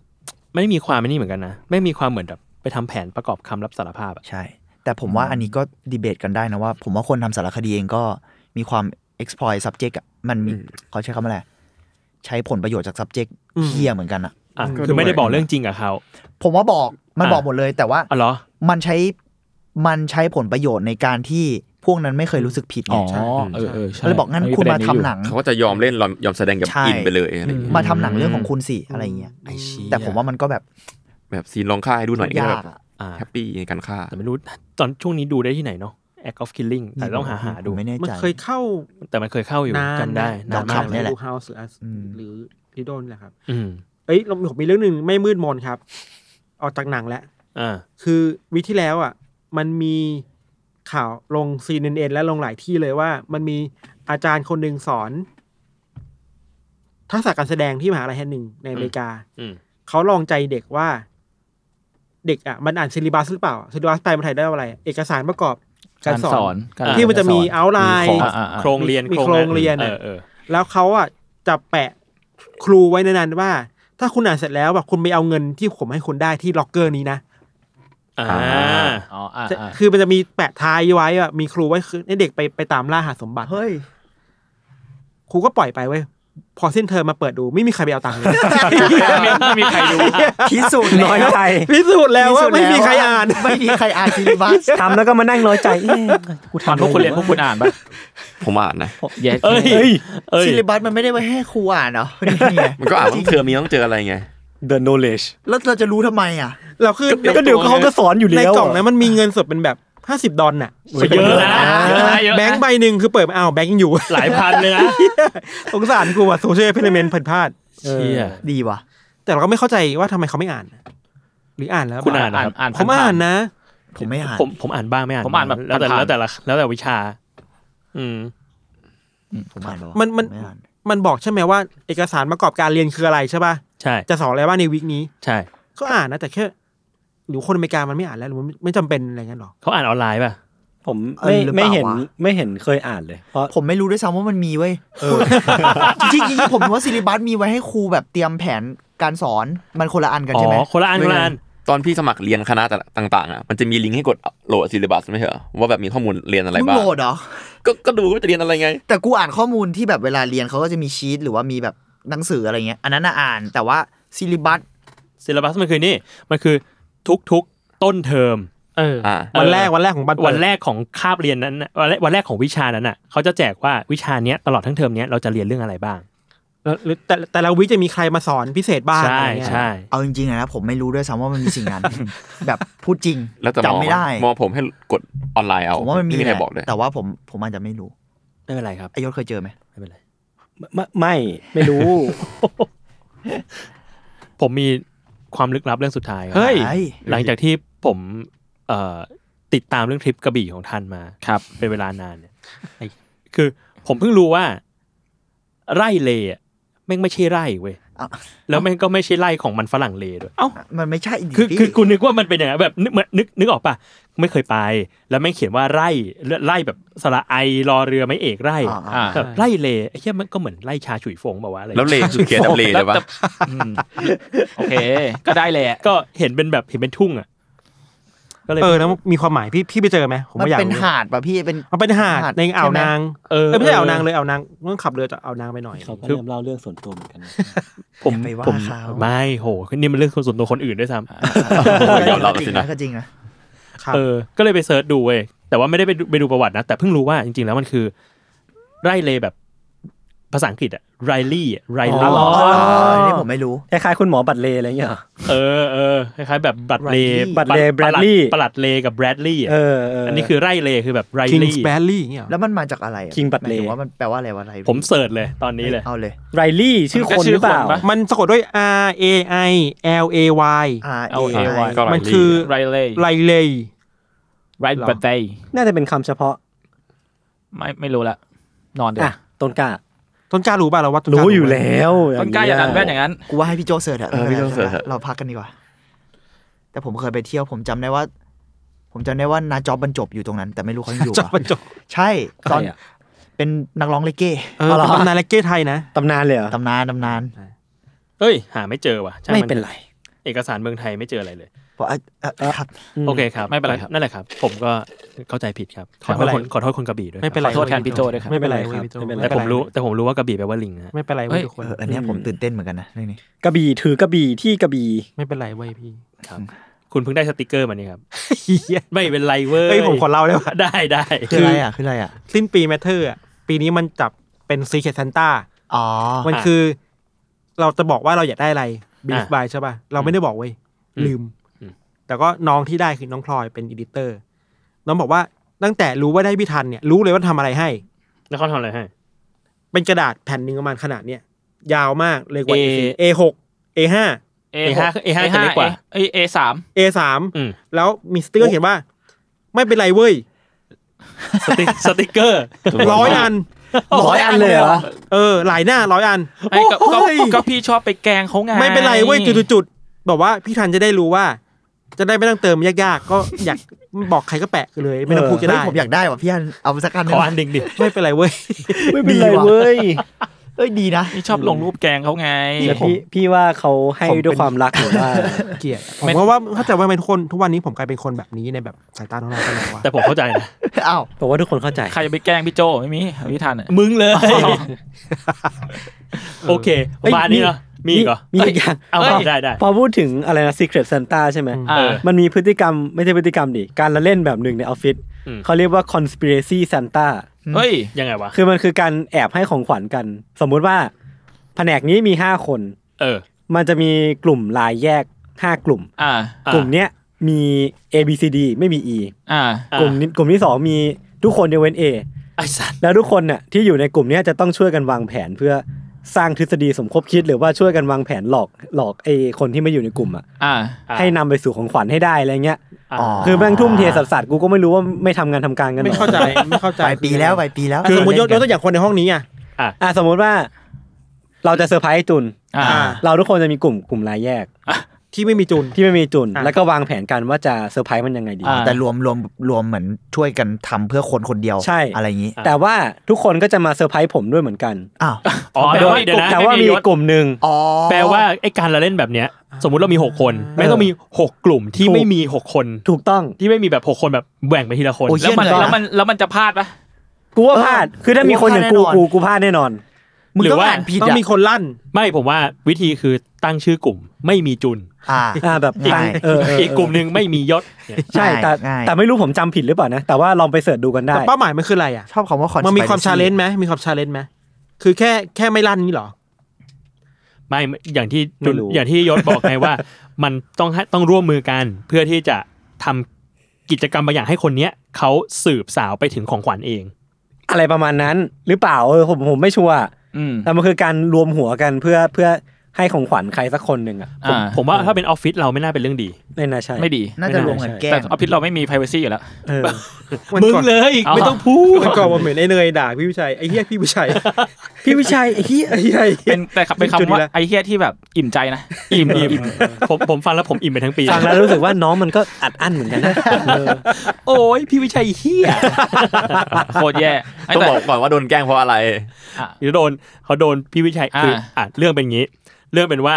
S4: ไม่งมีความไม่นี่เหมือนกันนะแม่งมีความเหมือนแบบไปทำแผนประกอบคำรับสารภาพอะ
S5: ใช่ แต่ผมว่าอันนี้ก็ดีเบตกันได้นะว่า ผมว่าคนทำสารคดีเองก็มีความ exploit subject อะมันมีเขาใช้คำว่าอะไรใช้ผลประโยชน์จาก subject
S3: อืม
S5: เฮี้ยเหมือนกันอะ
S4: อ่ะ
S7: ก็
S4: คือไม่ได้
S7: ด้วย
S4: บอกเรื่องจริงกับเขา
S5: ผมว่าบอกมันบอกหมดเลยแต่ว่า
S4: อ๋อเหรอ
S5: มันใช้มันใช้ผลประโยชน์ในการที่พวกนั้นไม่เคยรู้สึกผิดไง
S6: อ๋อ
S5: ใช่
S6: เออเออใช่
S5: ก็เลยบอกงั้นคุณมาทำหนัง
S7: เขาก็จะยอมเล่นยอมยอมแสดงกับ
S5: ใช่
S7: อินไปเลยอะไรอย่างเงี้ย
S5: มาทำหนังเรื่องของคุณสิอะไรอย่างเงี้ย
S4: ไอ้เชี่ย
S5: แต่ผมว่ามันก็แบบ
S7: แบบซีนลองฆ่าให้ดูหน่อยก็
S5: ยา
S7: แบ
S5: ก
S7: บ
S5: อะ
S4: อ่า
S7: แฮปปี้ในการฆ่า
S4: แต่ไม่รู้ตอนช่วงนี้ดูได้ที่ไหนเนาะ act of killing แต่ต้องหาหาดู
S5: ผมไม่แน่
S3: มัน
S5: ใจ
S3: เคย เข้า
S4: แต่มันเคยเข้าอยู่
S3: นาน
S4: จำได้
S5: ด
S4: นาน
S5: อก
S4: มา
S5: ขั
S4: ก
S5: บ เนี่ยแหละ
S3: ลูเฮาส์หรืออา
S5: อืม
S3: หรือพี่โดนแหละครับ
S4: อืม
S3: เอ้ยเราผมมีเรื่องหนึ่งไม่มืดมนครับ ออกจากหนังแล้ว
S4: อ่า
S3: คือวิที่แล้วอ่ะ มันมีข่าวลง CNN และลงหลายที่เลยว่า มันมีอาจารย์คนหนึ่งสอน ทักษะการแสดงที่มหาลัยแห่งหนึ่งในอเมริกา
S4: อืม
S3: เขาลองใจเด็กว่า เด็กอ่ะมันอ่านซิลิบัสหรือเปล่าซิลิบัสแปลเป็นไทยได้ว่าอะไร เอกสารประกอบการสอน
S6: การ
S3: ที่มันจะมี
S6: การสอ
S3: เอาไลน์
S6: นอ่าๆๆ
S4: โครงเรียน
S3: มีโครงเรียน
S4: เอ
S3: อะ
S4: อเออ
S3: แล้วเขาอ่ะจะแปะครูไว้ในนั้นว่า ถ้าคุณอ่านเสร็จแล้วแบบคุณไปเอาเงินที่ผมให้คุณได้ที่ล็อกเกอร์นี้นะ
S4: อ่า
S6: อ๋ออ่า
S3: จะ
S6: อ่า
S3: คือมันจะมีแปะท้ายไว้อะมีครูไว้คือให้เด็กไปไปตามล่าหาสมบัติ
S5: เฮ้ย
S3: ครูก็ปล่อยไปเว้ย พอสิ้นเทอมมาเปิดดู ไม่มีใครไปเอาตังค์เลย
S4: ไม่มีใครดู
S8: พิสูจน์น้อยใจ
S3: พิสูจน์แล้วว่าไม่มีใคร
S5: ที่สุดแล้ว
S3: อ่าน
S5: ไม่มีใครอ่านซิลิบั ส
S8: ทำแล้วก็มานั่งน้อยใจเอ๊ะกู
S6: ตอน
S8: ทำ
S6: พวกคุณเรียนพวกคุณอ่านปะ
S7: ผมอ่านนะ
S6: เย้
S4: เอ้ยเอ้ย
S5: ซิลิบัสมันไม่ได้ไว้ให้ครูอ่านเห รอนี่ไง
S7: มันก็อ่านต้องเธอมีต้องเจออะไรไง
S8: The knowledge
S5: แล้วเราจะรู้ทำไมอ่ะ
S3: เราคือ
S8: แล้วก็เดี๋ยวเขาก็สอนอยู่
S3: ใน
S8: แล้ว
S3: กล่องนั้นมันมีเงินสดเป็นแบบห้าสิบดอลน่ะ
S4: เยอะนะเยอะนะเยอะนะ
S3: แบงค์ใบหนึ่งคือเปิดมาอ้าวแบงค์ยังอยู่
S4: หลายพันเลยนะ
S3: สงสารกูว่ะโซเชียลเพลเมนต์ผิดพลาด
S4: เชี่ย
S5: ดีว่ะ
S3: แต่เราก็ไม่เข้าใจว่าทำไมเขาไม่อ่าน หรืออ่านแล้ว
S4: คุณอ่านเหรอคน รับ
S6: อ่าอ่าน
S3: ผมอ่าน
S6: ผ่
S3: นะ
S5: ผมไม่อ่าน
S4: ผมผมอ่านบ้างไม่อ่าน
S6: ผมอ่านแบบ
S4: แล้วแต่
S6: ผ่านๆ
S4: แล้วแต่ละแล้วแต่วิชา อืม
S5: ผมอ่านปะวะ
S3: มันมัน
S5: ผไอ่า
S3: มันบอกใช่ไหมว่า เอกสารประกอบการเรียนคืออะไรใช่ป่ะ
S4: ใช่
S3: จะสอนอะไรบ้างในวิกนี้
S4: ใช่
S3: ก็อ่านนะแต่แค่หรือคนอเมริกามันไม่อ่านแล้วหรือมันไม่จำเป็นอะไรเงี้ยหรอ
S4: เขาอ่านออนไลน์ป่ะ
S8: ผมไม่ไม่เห็นไม่เห็นเคยอ่านเลย เพราะ
S5: ผมไม่รู้ด้วยซ้ำว่ามันมี เว้ยจริงจริงๆผมว่าซิลิบัสมีไว้ให้ครูแบบเตรียมแผนการสอนมันคนละอันกัน
S4: อ๋
S5: ใช่ไหม
S4: อคนละอันคนละอัน
S7: ตอนพี่สมัครเรียนคณะต่างๆอ่ะมันจะมีลิงก์ให้กดโหลดซิลบัสไม่ใช่เหรอว่าแบบมีข้อมูลเรียนอะไร
S5: มึง
S7: บ้าง
S5: โหลดเหรอ
S7: ก็ก็ดูว่าจะเรียนอะไรไง
S5: แต่กูอ่านข้อมูลที่แบบเวลาเรียนเขาก็จะมีชีตหรือว่ามีแบบหนังสืออะไรเงี้ย อันนั้นน่ะอ่าน แต่ว่าซิลิบัส
S4: ซิลบัสมันคือนี่ มันคือทุกทุกๆต้นเทอม
S3: เออ
S7: อ่า
S3: วันแรก
S4: เออ
S3: วันแรกของบัตร
S4: วันแรกของคาบเรียนนั้นน่ะวันแรกวันแรกของวิชานั้นน่ะเขาจะแจกว่าวิชาเนี้ยตลอดทั้งเทอมเนี้ยเราจะเรียนเรื่องอะไรบ้าง
S3: แล้วหรือแต่แต่ละวิจะมีใครมาสอนพิเศษบ้าง
S4: ใช่
S3: อะไรเงี้ย
S4: ใช่
S5: เอาจริงๆอะนะผมไม่รู้ด้วยซ้ำว่ามันมีสิ่ง นั้น แบบพูดจริง
S7: แล้วแต่มอ
S5: จำ
S7: ง
S5: ไม่ได้
S7: มองผมให้กดออนไลน์เอา
S5: ผมว่ามันมี
S7: ไใคร
S5: แหละ
S7: บอกเลย
S5: แต่ว่าผมผมอาจจะไม่รู้
S4: ไม่เป็นไรครับ
S5: ไอยศเคยเจอไหม
S4: ไม่เป็นไร
S8: ไม่ไม่ไม่รู้
S4: ผมมีความลึกลับเรื่องสุดท้ายครับ
S3: เฮ้ย
S5: ไอ้
S4: หลังจากที่ผมเอ่อติดตามเรื่องทริปกระบี่ของท่านมา
S6: ครับ
S4: เป็นเวลานานเนี่ยไอ้คือผมเพิ่งรู้ว่า ไร่เลอะแม่งไม่ใช่ไร่เว้ย
S5: อ่ะ
S4: แล้วแม่งก็ไม่ใช่ไร่ของมันฝรั่งเลด้วย
S5: มันไม่ใช่ดิ
S4: คือ
S5: พี่
S4: คือกูนึกว่ามันเป็นอย่างนั้นแบบนึกเหมือนนึกนึกออกปะไม่เคยไป แล้วแม่งเขียนว่าไร่ไร่แบบสระไอรอเรือ ไม่เอกไร่
S5: อ่า
S6: อ่า
S5: อ่า
S4: แบบไร่เลไอ้เหี้ยมันก็เหมือนไร่ชาฉุยฟงบอกว่าวะอะไร
S7: แล้วเลคือเขียนแบบเลเลยปะ
S6: อืมโอเค ก็ได้แหละ
S4: ก็เห็นเป็นแบบเห็นเป็นทุ่งอ่ะก็เลย
S3: เออแล้วมีความหมายพี่พี่ไปเจอไหมผม
S5: มัน
S3: ก็อยาก
S5: เป็น
S3: รู้
S5: หาดป่ะพี่เป็น
S3: มันเป็นหาด
S5: หาด
S3: ในอ่าว
S5: ใช่ไหม
S3: นาง
S4: เออ
S3: เอ้ยไม่ใช่อ่าวนางเลยอ่าวนางต้องขับเรือจากอ่าวนางไปหน่อย
S8: เขาก็เริ่มเล่าเรื่องส่วนตัวเหมือนกัน
S4: ผม
S5: อย่าไปว่า
S4: ผม
S5: เขา
S4: ไม่โหนี่มันเรื่องส่วนตัวคนอื่นด้วยซ้ำ
S7: เดี๋ยวเรา
S5: จริ
S7: สิ
S5: ง
S7: นะ
S5: นะก็จริงนะ
S3: ครับ
S4: เออก็เลยไปเสิร์ชดูเว้ยแต่ว่าไม่ได้ไปดูไปดูประวัตินะแต่เพิ่งรู้ว่าจริงๆแล้วมันคือ ไร่เลแบบภาษาอังกฤษอะไรลี่ไร
S8: อ๋
S4: ลี่
S8: อ
S5: อ๋ออันนี้ผมไม่รู้
S8: คล้ายๆคุณหมอบัตรเลย์อะไรเงี้ยเหรอ
S4: เออเออคล้ายๆแบบบัตรเล
S8: Bradley บัตรเล Bradley
S4: ประหลัดเลกับแบรดลี่
S8: เออเอออั
S4: นนี้คือไร่เลคือแบบไร
S3: คิง
S4: ลี่
S3: ส์แบลลี่างเงี้ยเหรอ
S5: แล้วมันมาจากอะไรอะ
S8: King Bradley
S5: หมายถึงว่ามันแปลว่าอะไรวะอะไร
S4: ผมเสิร์ชเลยตอนนี้เลย
S5: เอาเลย
S8: ไรลี่ชื่อคนหรือเปล่า
S6: มันก็ชื่อคนปะ
S3: มันสะกดด้วย R A I L A Y
S5: R A
S6: L A Y
S5: I
S7: ก็
S3: มันคือ
S6: ไรเล่
S3: ไลเลย
S6: ไร
S3: เหรอ
S6: บัตเต้
S8: น่าจะเป็นคำเฉพาะ
S6: ไม่ไม่รู้ละ นอนเดี๋ย
S8: อ่ะ
S6: ว
S8: ต้นกล้า
S3: ต้นกล้ารู้ป่ะเราว่าต้นกล้า
S8: รู้อยู่
S3: ไหม
S8: แล้ว
S6: ต้นกล้าอย่าดันแว่นอย่างนั้น
S5: กูว่าให้พี่โจเสิร์ชเถอะ
S7: เออพี่โจ้เสิร์ชเถอะ
S5: เราพักกันดีกว่า แต่ผมเคยไปเที่ยว ผมจำได้ว่า ผมจำได้ว่านาจอบบรรจบอยู่ตรงนั้น แต่ไม่รู้เขายังอยู่
S3: จบ
S5: ปะ
S3: มันจบ
S5: ใช่ตอน
S8: ใครอะ
S5: เป็นนักร้องเลเก้
S3: เออเป็นตำนานเลกเก้ไทยนะ
S8: ตำนานเลยเหรอ
S5: ตำนานตำนาน
S4: เอ้ย หาไม่เจอว่ะช่าง
S8: ไม่เป็นไร
S4: เอกสารเมืองไทยไม่เจออะไรเลย
S5: เพราะเอ่อเอ่อเอ่อครับ
S4: โอเคครับ
S6: ไม่เป็นไรครับ
S4: นั่นแหละครับ ผมก็เข้าใจผิดครับ ขอโทษคนขอโทษคนกระบี่ด้วยค
S3: ไม่
S4: รับ
S3: เป็นไร
S6: ขอโทษแทนพี่โจ้ด้วยครับ
S3: ไม่เป็นไร
S8: ไม่
S3: เว้
S8: เป็นไรครับไม่เป็นไร
S3: ยพี่โจ
S4: แต่ผมรู้แต่ผมรู้ว่ากระบี่แปลว่าลิงฮะ
S3: ไม่เป็นไรเว้ยทุกคน
S5: เอออันเนี้ยผมตื่นเต้นเหมือนกันนะเรื่องนี้
S8: กระบี่ถือกระบี่ที่กระบี่
S3: ไม่เป็นไรเว้ยพี่
S4: ครับ คุณเพิ่งได้สติกเกอร์มานี่ครับ ไม่เป็นไรเว้ย
S3: เอ้ยผมขอเล่าได้ปะ
S4: ได้ได้
S5: คืออะไรอ่ะคืออะไรอ่ะ
S3: สิ้นปีแมทเทอร์อ่ะปีนี้มันจับเป็นซีเค t ซันต้า
S5: อ๋อ
S3: มันคือ เราจะบอกว่าเราอยากได้อะไรบีฟบายใช่ป่ะ เราไม่ได้บอกเว้ย ลืม แต่ก็น้องที่ได้คือน้องพลอยเป็นอดิเตอร์ น้องบอกว่าตั้งแต่รู้ว่าได้พี่ทันเนี่ย รู้เลยว่าทำอะไรให้
S4: แล้วเขาทำอะไรให้
S3: เป็นกระดาษแผ่นหนึ่งประมาณขนาดเนี่ยยาวมากเลยกว่า
S4: A
S3: A หก A ห้า
S6: A
S4: A5 คือ A5 จะเล็กกว่า
S6: เอเอสาม
S3: A สาม
S4: อืม
S3: แล้วมีสติ๊กเกอร์เขียนว่า ไม่เป็นไรเว้ย
S4: สติสติกเกอร์
S3: ร้อยอัน
S8: ร้อยอันเลยเหรอ
S3: เออ หลายหน้าร้อยอัน
S6: ไอ้ก็ก็
S3: โอ้ย
S6: ก็พี่ชอบไปแกล้งเขาไง
S3: ไม่เป็นไรเว้ยจุดๆๆแบบว่าพี่ทันจะได้รู้ว่า จะได้ไม่ต้องเติมยากๆ ก็อยาก บอกใครก็แปะกันเลย ไม่ต้องพูดก็ได้
S5: เฮ้ยผมอยากได้ว่ะพี่อันเอาสักอัน
S4: ข
S5: หนึ่
S4: อง อันดิ่งดิ
S3: ไม่เป็นไรเว้ย
S8: ไม่เป็นไรเว้ย
S5: เอ้ยดีนะ
S6: พี่ชอบลงรูปแกล้งเขาไง
S8: แต่พี่พี่ว่าเขาให้
S3: ผมเป็น
S8: ด้วยความรักหรือว่า
S3: เกลียดผมว่าว่าเข้าใจว่าเป็นคนทุกวันนี้ผมกลายเป็นคนแบบนี้ในแบบสายตาของเราไปแล้วว่ะ
S4: แต่ผมเข้าใจนะ
S5: อ้าว
S8: บอกว่าทุกคนเข้าใจ
S6: ใครจะไปแกล้งพี่โจไม่มีพี่ทันอะ
S4: มึงเลย โอเคประมาณนี้เนาะมีอีกเหรอ
S8: มีอีกอย่าง
S4: เอา
S6: เอ้ย
S4: ได้ได้
S8: พอพูดถึงอะไรนะ Secret Santa ใช่ไหม
S6: อ่า
S8: มันมีพฤติกรรมไม่ใช่พฤติกรรมดิ การละเล่นแบบหนึ่งในออฟฟิศ
S4: อืม
S8: เขาเรียกว่า conspiracy Santa
S6: เฮ้ย
S4: ยังไงวะ
S8: คือมันคือการแอบให้ของขวัญกัน สมมุติว่า แผนกนี้มีห้าคน
S4: เออ
S8: มันจะมีกลุ่มลายแยกห้ากลุ่ม
S6: อ่า
S4: อ่าก ก
S8: ลุ่มเนี้ยมี A B C D ไม่มี E
S6: อ่า
S4: อ่าก
S8: ลุ่มนี้กลุ่มที่สองมีทุกคนยกเว้น A
S4: ไอ้สัตว์
S8: แล้วทุกคนน่ะที่อยู่ในกลุ่มเนี้ยจะต้องช่วยกันวางแผนเพื่อสร้างทฤษฎีสมคบคิด หรือว่าช่วยกันวางแผนหลอกหลอกไอคนที่ไม่อยู่ในกลุ่มอ่ะ
S6: อ่า
S8: ให้นำไปสู่ของขวัญให้ได้อะไรเงี้ย
S4: อ่า
S8: คือแม่งทุ่มเทสัสๆกูก็ไม่รู้ว่าไม่ทำงานทำการกันหรอ
S3: ไม่เข้าใจไม่เข้าใจ
S5: ปลายปีแล้วปลายปีแล้ว
S3: คือสมมติยกยกตัวอย่างคนในห้องนี้อ่ะ
S8: อ่ะสมมุติว่าเราจะเซอร์ไพรส์จุน
S6: อ่า
S8: เราทุกคนจะมีกลุ่มกลุ่มรายแยก
S3: ที่ไม่มีจุน
S8: ที่ไม่มีจุน
S3: อ่ะ
S8: แล้วก็วางแผนกันว่าจะเซอร์ไพรส์มันยังไงดี
S6: อ่า
S5: แต่รวมรวมรวมเหมือนช่วยกันทำเพื่อคนคนเดียว
S8: ใช่
S5: อะไรอย่างนี้
S8: แต่ว่าทุกคนก็จะมาเซอร์ไพรส์ผมด้วยเหมือนกัน
S5: อ้าว
S4: อ๋อแปลว่าเดี๋ยวนะ
S8: แต่ว่ามีกลุ่มหนึ่ง
S5: อ๋อ
S4: แปลว่าไอ้การละเล่นแบบเนี้ย สมมุติเรามีหกคนไม่งต้องมีหกกลุ่มที่
S8: ถูก
S4: ไม่มีหกคน
S8: ถูกต้อง
S4: ที่ไม่มีแบบหกคนแบบแหว่งไปทีละคน
S5: โอ้ย
S6: แล้วมัน
S5: เชี่ยน
S6: แล้วมันแล้วมันจะพลาดปะ
S8: กูว่าพลาด คือถ้ามีคนอย่าง
S5: กู
S8: กู
S5: ว่าพลาดแน่นอน
S8: กูกูพลาดแน่นอน
S5: มึง
S4: หรื
S5: ต้อง
S4: ว่า
S5: อ่านผิด
S3: ต้อง
S5: อ่ะ
S3: มีคนลั่น
S4: ไม่ผมว่าวิธีคือตั้งชื่อกลุ่มไม่มีจุน
S5: อ่า
S8: อ่าแบบ
S5: ง่าย
S8: เออเออ
S4: อีกกลุ่มหนึ่งไม่มียศ
S8: ใช่แต่
S5: ง่าย
S8: แต่ไม่รู้ผมจำผิดหรือเปล่านะ แต่ว่าลองไปเสิร์ชดูกันได้
S3: แต่เป้าหมายมันคืออะไรอ่ะ
S5: ชอบคำว่าคอน
S3: มันมีความชาเลนจ์ไหมมีความชาเลนจ์ไหมคือแค่แค่ไม่ลั่นนี่เหรอ
S4: ไม่อย่างที่จุน
S8: ไม่รู้
S4: อย่างที่ยศบอกไงว่า มันต้องให้ต้องร่วมมือกัน เพื่อที่จะทำกิจกรรมบางอย่างให้คนเนี้ยเขาสืบสาวไปถึงของขวัญเอง
S8: อะไรประมาณนั้น หรือเปล่าเออผมผมไม่ชัวร์
S6: อืม
S8: แต่มันคือการรวมหัวกันเพื่อเพื่อให้ของขวัญใครสักคนหนึ่งอ่ะ
S4: ผม
S6: อ่า
S4: ผมว่าถ้าเป็นออฟฟิศเราไม่น่าเป็นเรื่องดี
S8: ไม่น่าใช่
S6: ไม่ดี
S5: น่าจะรวมกันแกล้
S6: แต่
S5: ง
S6: ออฟฟิศเราไม่มี p r i เวซีอยู่แล้ว
S8: เออ
S3: วัน
S4: มึง
S3: ก่อน
S4: เลย
S6: เอา
S4: ไม่ต้องพูด
S3: วันก่อนผมเห็นไอ้เนยด่าพี่วิชัยไอ้เหี้ยพี่วิชัย
S8: พี่วิชัยไอ้เหี้ย
S3: ไอ้เหี้ยไอ้หี้ย
S6: เป็นแต่เป็น
S3: จุด
S6: คำ
S3: นี้
S6: ว่า
S3: ละ
S6: ไอ้เฮียที่แบบอิ่มใจนะ
S4: อิ่มอิ่มผมผมฟังแล้วผมอิ่มไปทั้งปี
S8: ฟังแล้วรู้สึกว่าน้องมันก็อัดอั้นเหมือนกันนะเออ
S4: โอ้ยพี่วิชัยเฮีย
S6: โคตรแย่ไอ้
S7: ต้อง
S6: แต่
S7: บอกก่อนว่าโดนแกล้งเพราะอะไร
S4: เดี๋ยวโดนเขาโดนพี่วิชัยคืออา อ่ะเรื่องเป็นงี้ เรื่องเป็นว่า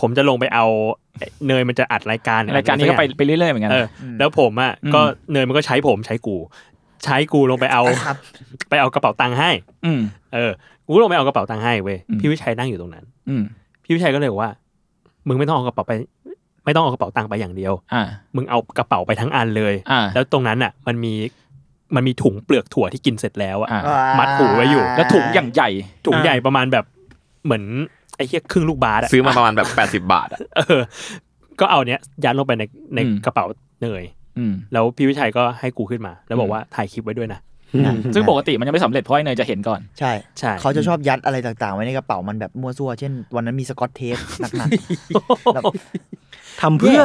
S4: ผมจะลงไปเอาเนยมันจะอัดรายการ
S6: รายการนี้ก็ไปไปเรื่อยๆเหมือนกัน
S4: เออแล้วผมอ่ะ
S6: อืม
S4: ก็เนยมันก็ใช้ผมใช้กู ใช้กูลงไปเอาไปเอากระเป๋าตังค์ให้
S6: อืม
S4: เออกูลงไปเอากระเป๋าตังค์ให้เว้ย
S6: อืม
S4: พี่วิชัยนั่งอยู่ตรงนั้น
S6: อืม
S4: พี่วิชัยก็เลยบอกว่า มึงไม่ต้องเอากระเป๋าไป ไม่ต้องเอากระเป๋าตังค์ไปอย่างเดียว
S6: อ่า
S4: มึงเอากระเป๋าไปทั้งอันเลย
S6: อ่า
S4: แล้วตรงนั้นอ่ะ มันมีมันมีถุงเปลือกถั่วที่กินเสร็จแล้วอ่ะ
S6: อ่า
S4: มัดหูไว้อยู่
S6: แล้วถุงอย่างใหญ่
S4: ถุงใหญ่ประมาณแบบเหมือนไอ้เหี้ยครึ่งลูกบาศก์อะ
S7: ซื้อมาประมาณแบบ 80 บาทอะ
S4: เออ ก็เอาเนี้ยยัดลงไปในใน
S6: อืม
S4: กระเป๋าเนย
S6: อืม
S4: แล้วพี่วิชัยก็ให้กูขึ้นมา แล้วบอกว่าถ่ายคลิปไว้ด้วยนะ
S6: ซึ่งปกติมันยังไม่สำเร็จเพราะไอ้เนยจะเห็นก่อน
S5: ใช่
S4: ใช่
S5: เขาจะชอบยัดอะไรต่างๆ ไว้ในกระเป๋ามันแบบมั่วซั่ว เช่น วันนั้นมีสกอตเทปหนักๆแบบ
S8: ทำเพื่อ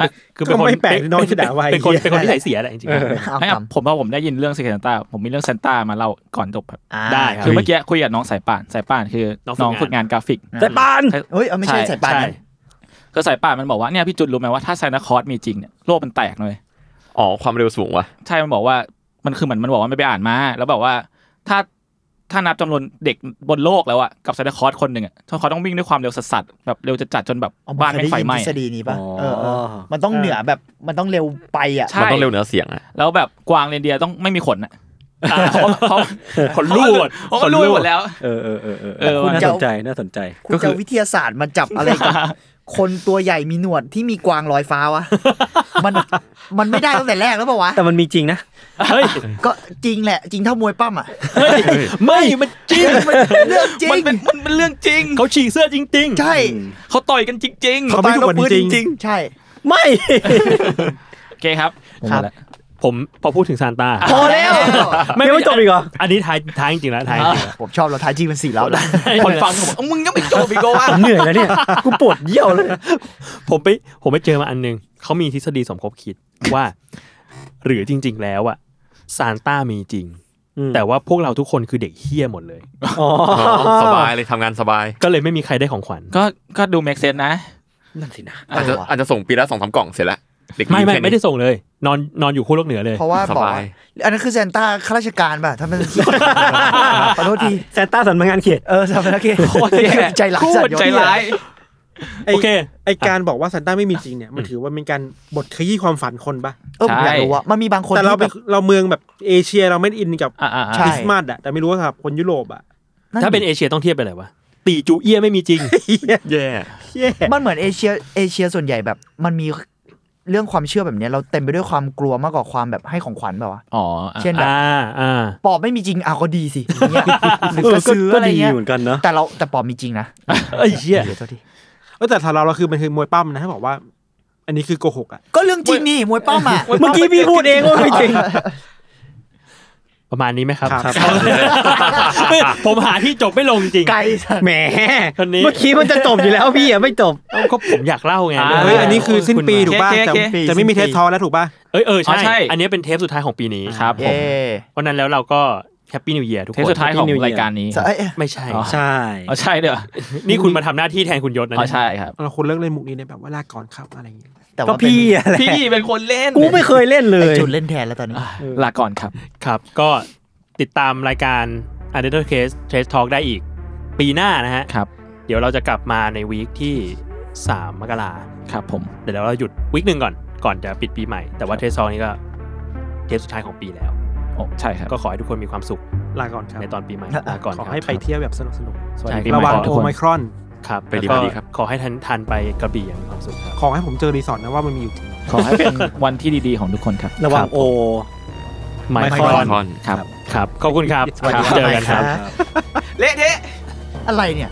S6: อ่ะคือเป็น
S3: ก็
S6: คน
S3: ไม่แปลกน้องจะด่าไว้
S4: เป็นคนเป็นคนที่ใส่เสียแหละจริงๆ
S5: เอา
S6: ไม่
S5: ตา
S6: อะ
S5: ม
S6: ผมว่าผมได้ยินเรื่องซ e เ r นต้าผมมีเรื่องซ a นต้ามาเล่าก่อนจบครับ
S5: า
S4: ได้
S6: คือ เมื่อกี้คุยกับน้องสายป่านสายป่านคือ
S4: น้
S6: น้อ
S4: อง งฝึ
S6: ฝึกงาง
S4: กาน น
S6: กราฟิก
S4: แต่ปาน
S5: เฮ้ยเอาไม่ใช่
S6: ใช่
S5: สายป่านนั้น
S6: คือสายป่านมันบอกว่าเนี่ยพี่จุดรู้ไหมว่าถ้าไซนาคอสมีจริงเนี่ยโลกมันแตกเลย
S7: อ๋อความเร็วสูงว่ะ
S6: ใช่มันบอกว่ามันคือเหมือนมันบอกว่าไม่ไปอ่านมา แล้วบอกว่าถ้าถ้านับจำนวนเด็กบนโลกแล้วอะกับไซนาคอสคนหนึ่งอะไซนาคอสต้องวิ่งด้วยความเร็วสัสๆแบบเร็วจัดๆจนแบบ
S5: อ๋อ
S6: บ้านไม่งไฟไห
S5: ท
S6: ม้
S5: ฤ
S6: อะ
S5: ษฎีนี้ป่ะ
S8: อ๋อ
S5: เออเออมันต้องเหนือแบบมันต้องเร็วไปอ่ะ
S6: ใช่
S7: มันต้องเร็วเหนือเสียงอะ
S6: แล้วแบบกวางเรนเดียร์ต้องไม่มีขนอะเขาเขา
S4: ขนรูด
S6: เขาก็รูดหมดแล้ว
S8: เออเออเออเออ
S6: เออ
S8: น่า
S5: เจ้า
S8: สนใจน่าสนใจ
S5: คุณจะเอาวิทยาศาสตร์มาจับอะไรกับ คนตัวใหญ่มีหนวดที่มีกวางลอยฟ้าวะ มัน มันไม่ได้ตั้งแต่แรกแล้วป่าวะ
S8: แต่มันมีจริงนะ
S4: เฮ้ย
S5: ก็จริงแหละ จริงเท่ามวยปั้มอ่ะ
S4: ไม่มันจริง
S5: มันเรื่องจริ
S6: มัน
S5: ง
S6: เป็นมันเป็นเรื่องจริง
S4: เขาฉีกเสื้อจริงๆ
S5: ใช่
S6: เขาต่อยกันจริง ๆ
S3: เขาไม่ถูกกว่านี้จริง
S5: ใช่
S8: ไม่
S6: โอเคครับ
S5: ครับ
S6: หมดแล้ว
S4: ผมพอพูดถึงซานต้า
S5: พอแล้ว
S8: ไม่ไม่จบอีกเหรอ
S4: อันนี้ท้ายท้ายจริงๆนะท้ายจริงๆนะ
S5: ผมชอบเราทายจีเป็นสี่แล้วนะ
S6: คนฟังผมบอกเอามึงยังไม่จบอีกเหรอวะ
S8: เหนื่อยแล้วเนี่ย กูปวดเยี่ยวเลย
S4: ผมไปผมไปเจอมาอันหนึงเขามีทฤษฎีสมคบคิดว่า หรือจริง ๆ แล้วอะซานต้ามีจริง แต่ว่าพวกเราทุกคนคือเด็กเฮี้ยหมดเลย
S8: อ๋อ
S7: สบายเลยทำงานสบาย
S4: ก็เลยไม่มีใครได้ของขวัญ
S6: ก็ก็ดู make sense นะ
S8: นั่นสินะ
S7: อาจจะอาจจะส่งปีละสองสามกล่องเสร็จแล้วเด็ก
S4: ไม่ไม่
S7: แค่นี้
S4: ไม่ได้ส่งเลย นอนนอนอยู่คู่โลกเหนือเลย
S5: เพราะว่า
S7: ส
S5: บอก
S7: บาย
S5: ว่าอันนั้นคือเซนต้าข้าราชการป่ะทำเป็นที่ขอโทษที
S8: แซนต้าสันมางานเขต
S5: เออสำนักเขต
S6: โคตรแย่
S5: ใจร้ายสัตว์
S6: ใจร้าย
S3: ไอ้
S4: โอเค
S3: ไอการบอกว่าซานต้าไม่มีจริงเนี่ยมันถือว่าเป็นการบทขยี้ความฝันคนปะ
S5: เออผมอยากรู้ว่ามันมีบางคน
S3: แต่เรา
S5: ที่
S3: เป็
S5: แบ
S3: น
S5: บ
S3: เราเมืองแบบเอเชียเราไม่อินกับ
S6: อ่า
S5: ใช่
S3: คริสต์มาสอะแต่ไม่รู้ว่าสำหรับคนยุโรปอะ
S4: ถ้าเป็นเอเชียต้องเทียบไปเลยวะตีจูเอียไม่มีจริง
S7: แย่
S3: เหี้ย
S5: มันเหมือนเอเชียเอเชียส่วนใหญ่แบบ มันมีเรื่องความเชื่อแบบเนี้ยเราเต็มไปด้วยความกลัวมากกว่าความแบบให้ของขวัญแบบว่าวะ
S6: อ๋อ
S5: เช่นแบบ
S4: อ่าอ่า
S5: ปอบไม่มีจริงอ่ะก็ดี สิอย่างเงี้ยหรือกระซื้อ
S8: ก็
S5: อะไร
S8: ดี
S5: เงี้ย
S8: เหมือนกันเนอะ
S5: แต่เราแต่ปอบมีจริงนะ
S4: ไอ้ยเหี้ย
S5: เดี๋ยวโทษที
S3: เออแต่สำหรับเราเราคือมันคือมวยปั้มนะถ้าบอกว่า อันนี้คือโกหกอะ
S5: ก็เรื่องจริงนี่มวยป้อมอ่ะ
S8: เมื่อกี้พี่พูดเองว่าไม่จริง
S4: ประมาณนี้ไหมครับ
S3: ครับ
S4: เฮ้ยผมหาที่จบไม่ลงจริง
S5: ไกลสัตว์
S8: แหม
S4: คนนี้
S8: เมื่อกี้มันจะจบอยู่แล้วพี่อ่ะไม่จบ
S4: เอ้าก็ผมอยากเล่าไง
S6: า
S3: เฮ้ยอันนี้คือสิ้นปีถูกป่ะ
S6: โอเค
S3: จะ
S6: โอเค
S3: จะไม่มีเทสทอแล้วถูกป่ะ
S4: เอ้ยเออใช่
S6: อ๋อใช่
S4: อันนี้เป็นเทปสุดท้ายของปีนี้
S6: ครับผม
S5: เย่
S4: เพราะนั้นแล้วเราก็แฮปปี้นิวเยียร์ทุก
S6: เท
S4: ค
S6: ป
S4: น
S6: สุดท้ายของรายการนี้
S5: เอ้ยเอ้ย
S4: ไม่ใช่
S6: อ๋อ
S8: ใช่
S6: อ๋อใช่เด้อ
S4: นี่คุณมาทำหน้าที่แทนคุณยศนะ
S6: อ๋อใช่ครับ
S3: เราควรเลิกเล่นมุกนี้ในแบบว่าลาก่อนครับอะไรอย่างเงี้ย
S5: แต่
S8: ก็
S5: ว่า
S8: พี่อะไร
S6: พี่เป็นคนเล่น
S8: กูไม่เคยเล่นเล
S5: ไอย จุดเล่นแทนแล้วตอนนี้
S6: ลาก่อนครับ
S4: ครับ ก็ติดตามรายการ u n d e r t a Case Trace Talk ได้อีก ปีหน้านะฮะ
S6: ครับ
S4: เดี๋ยวเราจะกลับมาในวีคที่ 3 มกรา
S6: ครับผม
S4: เดี๋ยวเราหยุดวีคหนึ่งก่อน ก่อนจะปิดปีใหม่ แต่ว่าเทสซองนี้ก็เทปสุดท้ายของปีแล้ว
S6: โอ้ใช่ครับ
S4: ก็ขอให้ทุกคนมีความสุข
S3: ลาก่อนครับ
S4: ในตอนปีใหม่
S5: ครับ
S4: ลาก่อน
S3: ขอ
S4: ครับ
S3: ให้ไปเที่ยวแบบสนุกสนุก
S6: สวัสดี
S3: ๆ
S6: ปีใหม่
S3: ระวัง
S6: ครับทุ
S3: โอก
S6: คน
S3: ไมครอน
S4: ครับ
S7: ไปดี
S4: แล้
S7: ไป
S4: วก็
S7: ดีครับ
S4: ขอให้ทันทานไปกระบี่อย่างมีความสุขครับ
S3: ขอให้ผมเจอรีสอร์ทนะว่ามันมีอยู่จริง
S6: ขอให้เป็นวันที่ดีๆของทุกคนครับ
S8: ระหวั
S4: ครั
S8: ง
S4: บ
S8: โอ
S4: ไม
S8: ไม
S4: ค
S8: ค
S4: ร
S8: ร
S4: อน
S7: คอน
S6: ครับ
S4: ครับ ขอบคุณครับ
S5: สวัสดีครับ
S4: เจอกันครับ
S5: ไมค์ครับ
S6: เละเทะ
S5: อะไรเนี่ย